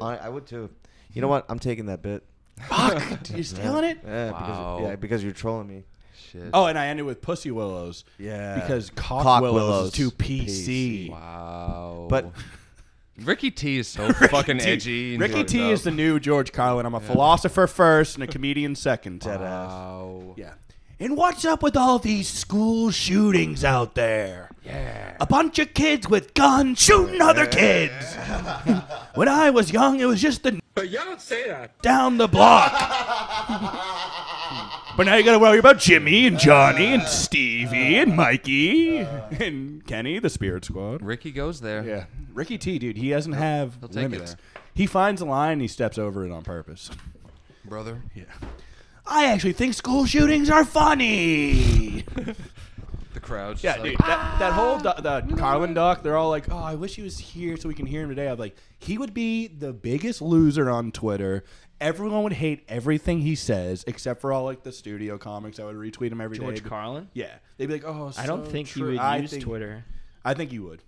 C: I, I would too. You know what? I'm taking that bit.
A: Fuck, dude, you're stealing it.
C: Yeah,
B: Wow.
C: because, yeah, because you're trolling me.
B: Shit.
A: Oh, and I ended with pussy willows
C: Yeah,
A: because cock,
C: Cock
A: willows,
C: willows.
A: is too PC.
B: Wow.
C: But-
B: Ricky T is so
A: Ricky
B: fucking
A: T.
B: edgy. and
A: Ricky
B: fucked
A: T
B: up.
A: is the new George Carlin. I'm a philosopher first and a comedian second.
C: Dead ass.
B: Wow.
A: Yeah. And what's up with all these school shootings out there?
B: Yeah.
A: A bunch of kids with guns shooting other kids. when I was young, it was just the
F: But y'all don't say that.
A: down the block. but now you gotta worry about Jimmy and Johnny and Stevie and Mikey
C: Uh.
A: and Kenny, the Spirit Squad.
B: Ricky goes there.
A: Yeah, Ricky T, dude, he doesn't have
B: He'll take you
A: limits.
B: there.
A: He finds a line and he steps over it on purpose.
B: Brother.
A: I actually think school shootings are funny.
B: The crowd's
A: yeah,
B: just like,
A: dude, that,
D: "Ah."
A: that whole do- the Carlin doc, they're all like, "Oh, I wish he was here so we can hear him today." I'm like, he would be the biggest loser on Twitter. Everyone would hate everything he says, except for all like the studio comics. I would retweet him every day.
D: George Carlin.
A: Yeah, they'd be like, "Oh,
D: I don't
A: so
D: think
A: true."
D: he would
A: I
D: use
A: think-
D: Twitter.
A: I think he would.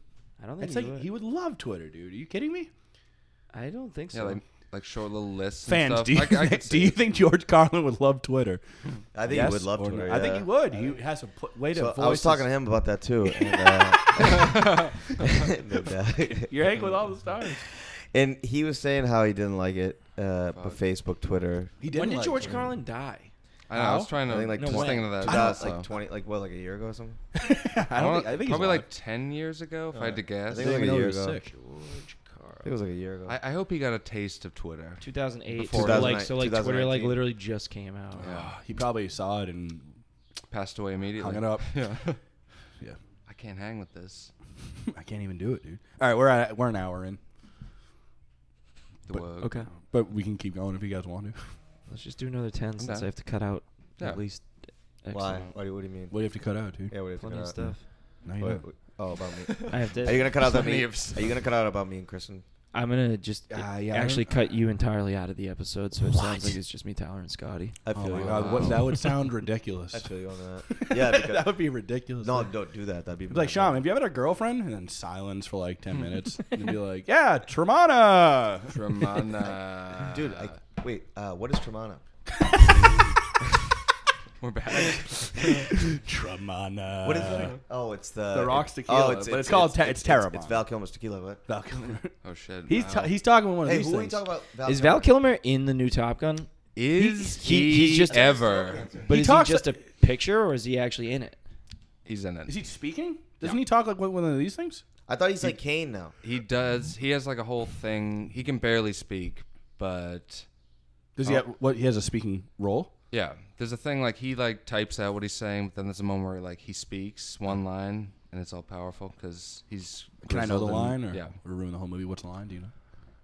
D: I don't think
A: It's
D: he,
A: like
D: would.
A: he would love Twitter, dude. Are you kidding me?
D: I don't think
B: Yeah,
D: so.
B: like, like short little lists.
A: Fans,
B: and stuff.
A: do you,
B: I, c- I could
A: think, do
B: see
A: you
B: it.
A: think George Carlin would love Twitter?
C: I think
A: Yes
C: he would love
A: or no?
C: Twitter.
A: I think
C: yeah.
A: he would. He has a pl- way to.
C: So
A: voice
C: I was talking to
A: his-
C: him about that too. And, uh, and, uh,
A: You're hanging with all the stars.
C: and he was saying how he didn't like it, uh, but Facebook, Twitter.
A: He
D: when
A: didn't
D: did
A: like
D: George
A: Twitter.
D: Carlin die?
B: I, know, I was trying to.
C: I think like
D: No
C: twen-
D: way.
B: thinking of that.
C: two thou-
B: also.
C: like twenty, like what, like a year ago or something.
A: I don't think. I think he's
B: probably
A: alive.
B: like ten years ago, if I had to
C: I
B: guess.
C: think it was
A: Didn't
C: like a
A: know he
C: year
A: was
C: ago.
A: sick.
B: George
C: I think it
B: Carlin.
C: was like a year ago.
B: I, I hope he got a taste of Twitter.
D: 2008.
C: Before-
D: so like
C: 2009,
D: so like Twitter like
C: 2019.
D: literally just came out.
B: Yeah,
A: He probably saw it and
B: passed away immediately.
A: hung it up.
B: Yeah,
A: Yeah.
B: I can't hang with this.
A: I can't even do it, dude. All right, we're at, we're an hour in,
B: The
A: But-
B: work.
D: Okay.
A: but we can keep going if you guys want to.
D: Let's just do another 10 since
B: Okay.
D: I have to cut out
B: Yeah.
D: at least X
C: Why?
D: amount.
C: What do, you- what do you mean?
A: What do you have to cut out, dude?
C: Yeah, what do you
D: Plenty
C: cut
D: of
C: out?
D: stuff.
A: No, you
C: What-
A: don't.
C: Oh, about me.
D: I have
C: Are you
D: to.
C: gonna cut out that
B: Plenty
C: me?
B: of stuff.
C: Are you gonna cut out about me and Kristen?
D: I'm gonna just
A: Ah,
D: uh,
A: yeah, I
D: actually
A: don't-
D: cut you entirely out of the episode, so it
A: What?
D: sounds like it's just me, Tyler, and Scotty.
C: I
A: Oh my
B: you.
A: god, what, that would sound ridiculous.
C: I feel you on that. Yeah, because
A: that would be ridiculous.
C: no,
A: Like,
C: don't do that. That'd be
A: be like Sean, have you ever had a girlfriend? And then silence for like ten minutes, and be like, "Yeah, Tremana."
B: Ramana.
C: Dude, I, wait. Uh, what is Tremana?
B: we're back.
A: Tremana.
C: What is that? Oh, it's the
A: Uh, The Rock's
C: it- oh,
A: tequila, but it's called te- it's
C: it's,
A: Terramana.
C: Val Kilmer's tequila. What?
A: Valkyrie.
B: Oh shit.
A: He's
B: wow.
A: ta he's talking with one of
C: Hey,
A: these
C: who are we
A: things.
C: talking about? Val
D: Is Val Kilmer in the new Top Gun?
B: is
D: he-
B: he,
D: he's just-
B: ever?
D: But
A: He
D: is
A: talks
D: he just
A: like-
D: a picture, or is he actually in it?
B: He's in it.
A: Is he speaking? Doesn't he talk like one one of these things?
C: I thought he's like Kane now.
B: He does. He has like a whole thing. He can barely speak, but
A: Does he have what? He has a speaking role.
B: yeah, there's a thing like he like types out what he's saying, but then there's a moment where like he speaks one line and it's all powerful because he's.
A: Can I know the
B: grizzled and-
A: line or
B: Yeah,
A: or ruin the whole movie? What's the line? Do you know?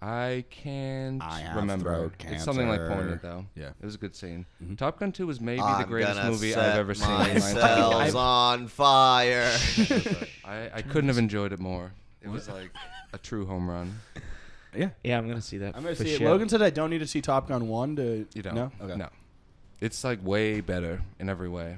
B: I can't
A: I have
B: remember.
A: throat
B: It's something like
A: cancer.
B: pointed though.
A: Yeah. Mm-hmm.
B: it was a good scene. Top Gun Two was maybe the
C: I'm
B: greatest
C: gonna
B: movie
C: set
B: I've ever seen. in my entire
C: Myself
B: life.
C: on fire.
B: I, I couldn't have enjoyed it more. It was like a true home run.
A: Yeah.
D: Yeah, I'm gonna see that.
A: I'm gonna
D: for
A: see it.
D: sure.
A: Logan said I don't need to see Top Gun one to
B: You don't.
A: No, okay.
B: No. It's like way better in every way.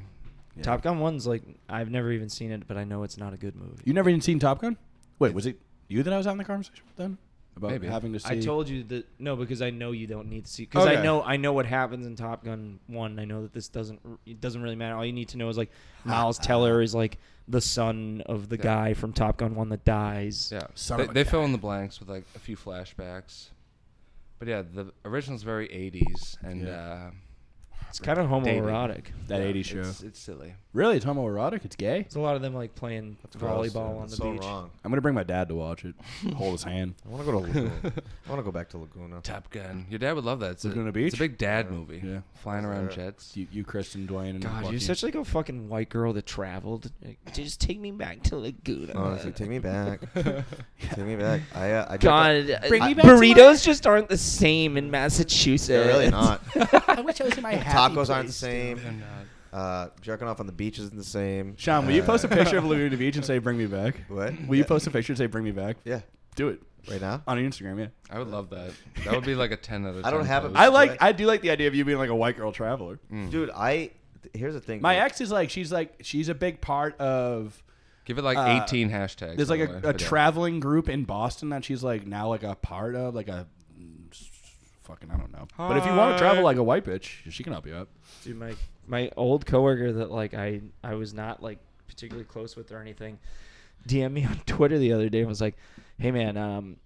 D: Top Gun One's like I've never even seen it, but I know it's not a good movie.
A: You never even seen Top Gun? Wait, was it you that I was having the conversation with then about
B: Maybe.
A: having to see?
D: I told you that no, because I know you don't need to see because
A: Okay.
D: I know I know what happens in Top Gun One. and I know that this doesn't r- it doesn't really matter. All you need to know is like Miles Teller is like the son of the
B: Yeah.
D: guy from Top Gun One that dies.
B: Yeah.
A: Son
B: they
A: of a
B: they
A: guy.
B: fill in the blanks with like a few flashbacks. But yeah, the original's very 80s and
A: Yeah.
B: uh,
D: It's kind of homoerotic.
A: that
B: yeah,
A: 80s show.
B: It's, it's silly.
A: really, it's homoerotic. It's gay.
D: It's a lot of them like playing volleyball on the
C: so
D: beach.
C: wrong.
A: I'm gonna bring my dad to watch it. Hold his hand.
C: I want to go to Laguna. I want to go back to Laguna.
B: Top Gun. Your dad would love that. It's, a,
A: Laguna
B: it's
A: Beach?
B: a big dad movie.
A: Yeah.
B: Flying around
C: Yeah.
B: jets.
A: You, you Kristen, Dwayne, and
D: God,
A: Joaquin.
D: you're such like a fucking white girl that traveled. Like, Just take me back to Laguna.
C: Honestly, take me back. take me back. I uh, I
D: God,
C: drank
D: uh,
A: Bring me
D: uh,
A: back to
D: burritos
A: my-
D: just aren't the same in Massachusetts.
C: a- They're really not.
A: I wish I was in my
C: Tacos aren't the same.
B: And, uh,
C: Uh, jerking off on the beach isn't the same.
A: Sean, will you
C: Uh,
A: post a picture of Laguna Beach and say "Bring me back"?
C: What?
A: Will you
C: Yeah.
A: post a picture and say "Bring me back"?
C: Yeah,
A: Do it
C: right now.
A: on Instagram. Yeah.
B: I would love that. That would be like a 10 out of 10.
C: I don't have a-
B: post.
A: I like.
C: Right.
A: I do like the idea of you being like a white girl traveler.
D: Mm.
C: Dude, I th- here's the thing.
A: My
C: dude.
A: ex is like. She's like. She's a big part of.
B: Give it like
A: uh,
B: 18 hashtags.
A: There's
B: by
A: like
B: the way,
A: a, a
B: for that.
A: traveling group in Boston that she's like now like a part of, like a fucking I don't know. But if you want to travel like a white bitch, she can help you up.
D: Dude, my my old coworger that like I I was not like particularly close with or anything, DM me on Twitter the other day and was like, "Hey man, um,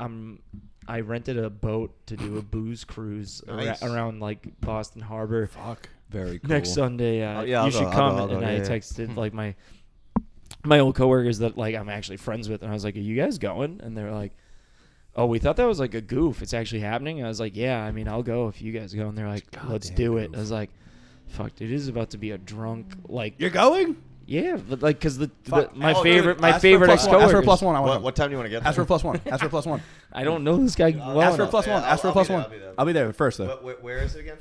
D: I'm I rented a boat to do a booze cruise ar-
C: Nice.
D: around like Boston Harbor
A: Fuck.
B: Very cool.
D: next Sunday. Uh,
C: Oh, yeah, I'll
D: you
C: go,
D: should
C: I'll go,
D: come."
C: I'll go,
D: and I
C: yeah, yeah.
D: texted like my my old coworgers that like I'm actually friends with, and I was like, "Are you guys going?" And they're like. oh, we thought that was like a goof. It's actually happening. I was like, yeah, I mean, I'll go if you guys go. And they're like, let's
A: goddamn
D: do it.
A: goof.
D: I was like, fuck, dude, this is about to be a drunk, like,
A: You're going?
D: yeah, but like, cause the, the
A: Fuck.
D: my
A: Oh, dude,
D: favorite, my
A: ask for
D: favorite
A: plus
D: ex
A: one. Ask for a plus
D: coworkers.
A: one. I want
C: What,
A: him.
C: what time do you want to get there?
A: Ask for a plus one. Ask for a plus one.
D: I don't know this guy
C: I'll
D: well
A: ask for a
D: enough.
A: plus
C: Yeah,
A: one.
C: I'll-
A: Ask for a
C: I'll
A: plus
C: be there,
A: one.
C: I'll be there.
A: I'll be there first though.
C: What- where- where is it again?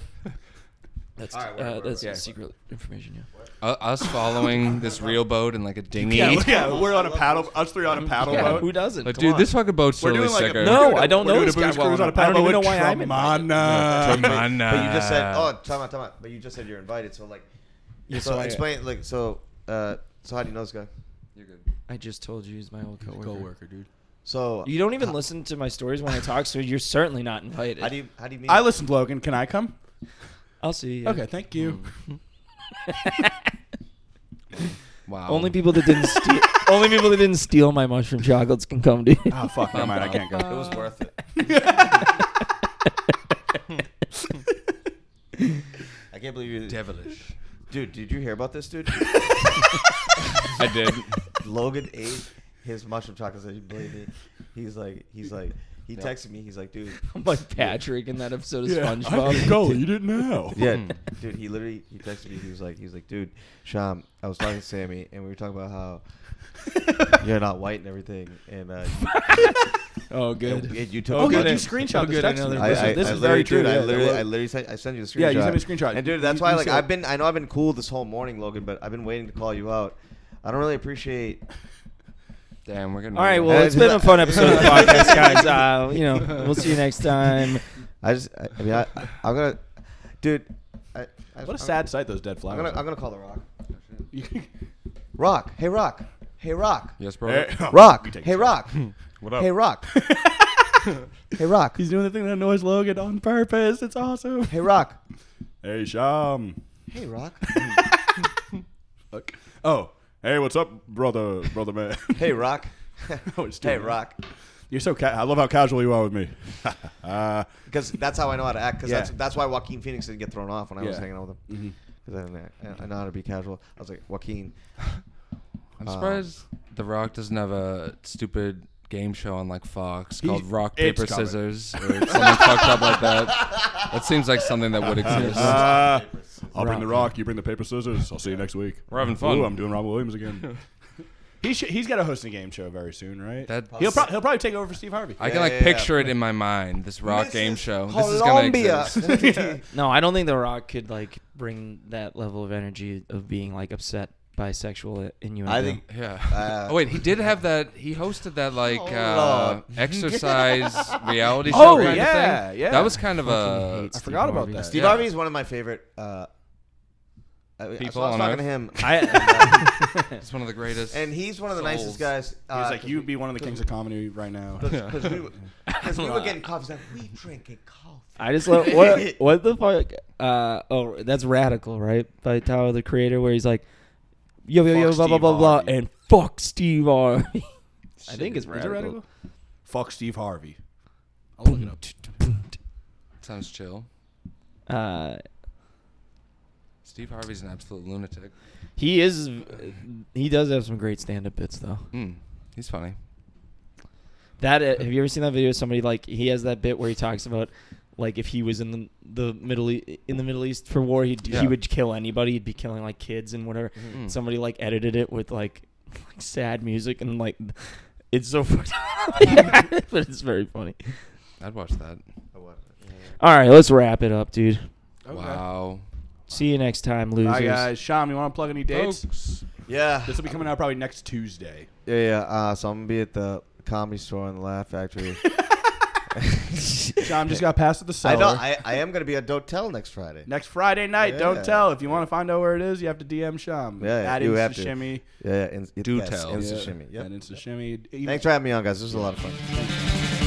D: That's
C: All right, where-
D: uh,
C: where-
D: that's
C: where-
D: secret information. Yeah.
B: Uh, us following this real boat in like a dinghy.
A: Yeah, yeah, we're on a
C: I love
A: paddle. Us three on a paddle
D: Yeah,
A: boat.
D: who doesn't?
B: But
D: Come
B: dude,
D: on.
B: this fucking boat's
A: We're
B: really
A: doing like a-
B: sicker.
D: No,
A: We're
D: I don't
A: doing
D: know
A: a
D: this guy
A: booze
D: well
A: cruise on a
D: enough. I don't
A: paddle
D: even
A: boat.
D: know why I'm invited.
A: Tremana.
B: Tremana.
C: But you just said, oh, time out, time out. But you just said you're invited, so like,
D: Yeah,
C: so,
D: so I-
C: explain, like, so, uh, so how do you know this guy?
B: You're good.
D: I just told you he's my old coworker.
A: Co-worker, dude.
C: So
D: You don't even listen to my stories when I talk, so you're certainly not invited.
C: How do you how do you meet?
A: I
C: him?
A: listened, Logan. Can I come?
D: I'll see. You.
A: Okay, thank you.
B: Wow.
D: Only people that didn't steal. only people that didn't steal my mushroom chocolates can come, dude.
A: Oh fuck, never mind. I can't
C: It
A: go.
C: was worth it. I can't believe you,
B: devilish.
C: dude. Did you hear about this, dude?
B: I did.
C: Logan ate his mushroom chocolates. Did you believe me? He's like, he's like, he texted me. He's like, dude,
D: I'm like Patrick in that episode of
A: "Oh, I
D: SpongeBob.
A: can go. You didn't know.
C: Yeah, dude. He literally he texted me. He was like, he was like, dude, Sham. I was talking to Sammy, and we were talking about how you're not white and everything, and uh,
D: Oh,
C: you,
D: good.
C: and you took.
A: Oh,
D: Okay,
A: did you
D: then-
C: I,
A: screenshot
D: I'll
A: this
D: get
A: text?
D: another
A: Listen,
C: I,
D: message.
A: This
C: I
A: is
C: literally-
A: very true.
C: Dude, I
A: yeah,
C: literally,
A: well,
C: I literally sent, I sent you a screenshot.
A: Yeah, you sent me a screenshot.
C: And dude,
A: You-
C: that's
A: you-
C: why,
A: you
C: like,
A: said-
C: I've been, I know I've been cool this whole morning, Logan, but I've been waiting to call you out. I don't really appreciate.
B: Damn, we're gonna.
D: All right,
C: Uh,
D: well, it's been a fun episode of the podcast, guys. Uh, you know, we'll see you next time.
C: I just, I, I mean, I, I'm gonna, dude. I, I,
A: what a
C: I'm-
A: sad sight those dead
C: I'm
A: flowers.
C: gonna,
A: are.
C: I'm gonna call the Rock. Rock, hey Rock, hey Rock,
B: Yes, bro.
C: Rock,
A: You take
C: hey
A: this.
C: Rock,
B: What up?
C: hey Rock, hey Rock,
A: He's doing the thing that annoys Logan on purpose. It's awesome.
C: hey Rock,
A: Hey, Sham.
C: hey Rock,
A: Fuck. Oh, hey, what's up, brother, brother man?
C: hey Rock,
A: No, it's
C: hey
A: too-
C: Rock.
A: You're so. Ca- I love how casual you are with me. uh,
C: Because that's how I know how to act. Because
A: Yeah.
C: that's that's why Joaquin Phoenix didn't get thrown off when I was
A: Yeah.
C: hanging out with him.
A: mhm.
C: Because I didn't act. I, I know how to be casual. I was like Joaquin.
B: I'm
A: Uh,
C: Um,
B: surprised The Rock doesn't have a stupid game show on like Fox called
A: He's-
B: Rock
A: it's
B: Paper
A: coming.
B: Scissors or something fucked up like that. That seems like something that would exist.
A: Uh, I'll bring the rock. You bring the paper scissors. I'll see you next week.
B: We're having fun.
A: Ooh, I'm doing Robin Williams again. he should, he's got to host a game show very soon, right?
B: That-
A: he'll, pro- he'll probably take over for Steve Harvey.
B: I
C: Yeah,
B: can like
C: yeah, yeah.
B: picture it in my mind. This Rock game show. This is gonna
C: Colombia.
B: exist.
D: No, I don't think The Rock could like bring that level of energy of being like upset by sexual innuendo.
C: I think.
B: Yeah.
C: Uh,
B: oh wait, he did have that. He hosted that like
C: Oh,
B: uh,
C: Lord.
B: exercise reality show.
A: Oh,
B: kind
A: yeah,
B: of thing.
A: yeah.
B: That was kind of
D: Fucking
B: a.
D: hate Steve
A: uh, forgot about
D: Harvey.
A: that.
C: Steve
B: Yeah.
C: Harvey is one of my favorite uh, I- I- so
B: People
C: I was
B: on
C: talking to
B: Earth.
C: him,
B: It's one of the greatest.
C: and he's one of the nicest
B: Souls.
C: guys.
A: He was
C: uh,
A: like, "You'd be one of the kings of comedy right now."
C: because we, were- 'cause we were getting coffee. He's like, we drinking coffee.
D: I just love what what the fuck. Uh, oh, that's radical, right? By Tyler the Creator, where he's like, yo yo yo,
A: Fuck
D: blah blah
A: Steve
D: blah blah,
A: Harvey.
D: and fuck Steve Harvey. I think it's
A: Is it
D: radical.
A: radical? Fuck Steve Harvey. I'll look it up.
B: Sounds chill.
D: Uh,
B: Steve Harvey's an absolute lunatic.
D: he is. He does have some great stand up bits though.
B: Mm, he's funny.
D: That uh, have you ever seen that video? of Somebody like he has that bit where he talks about like if he was in the, the middle e- in the Middle East for war, he'd,
B: Yeah.
D: he would kill anybody. He'd be killing like kids and whatever.
B: Mhm.
D: Somebody like edited it with like, like sad music and like it's so fucked up. but it's very funny.
B: I'd watch that.
C: I want-
D: All right, let's wrap it up, dude.
B: Wow.
D: See you next time,
A: All
D: losers.
A: right, guys. Sham, you want to plug any dates?
B: Folks.
C: Yeah.
A: This will be coming out probably next Tuesday.
C: Yeah, yeah. Uh, so I'm gonna be at the comedy store in the Laugh Factory.
A: Sham just got passed at the
C: I
A: cellar.
C: don't. I, I am gonna be at Dotel next Friday.
A: next Friday night.
C: Yeah.
A: Don't tell. If you want to find out where it is, you have to DM Sham.
C: Yeah,
A: At
C: you
A: Insta
C: have to.
A: Shimmy.
C: Yeah, yeah. In,
B: Do
C: yes,
B: tell.
C: Insta
A: Yeah.
C: Shimmy. Yep.
A: At Insta Shimmy.
C: Thanks for having me on, guys. This was a lot of fun.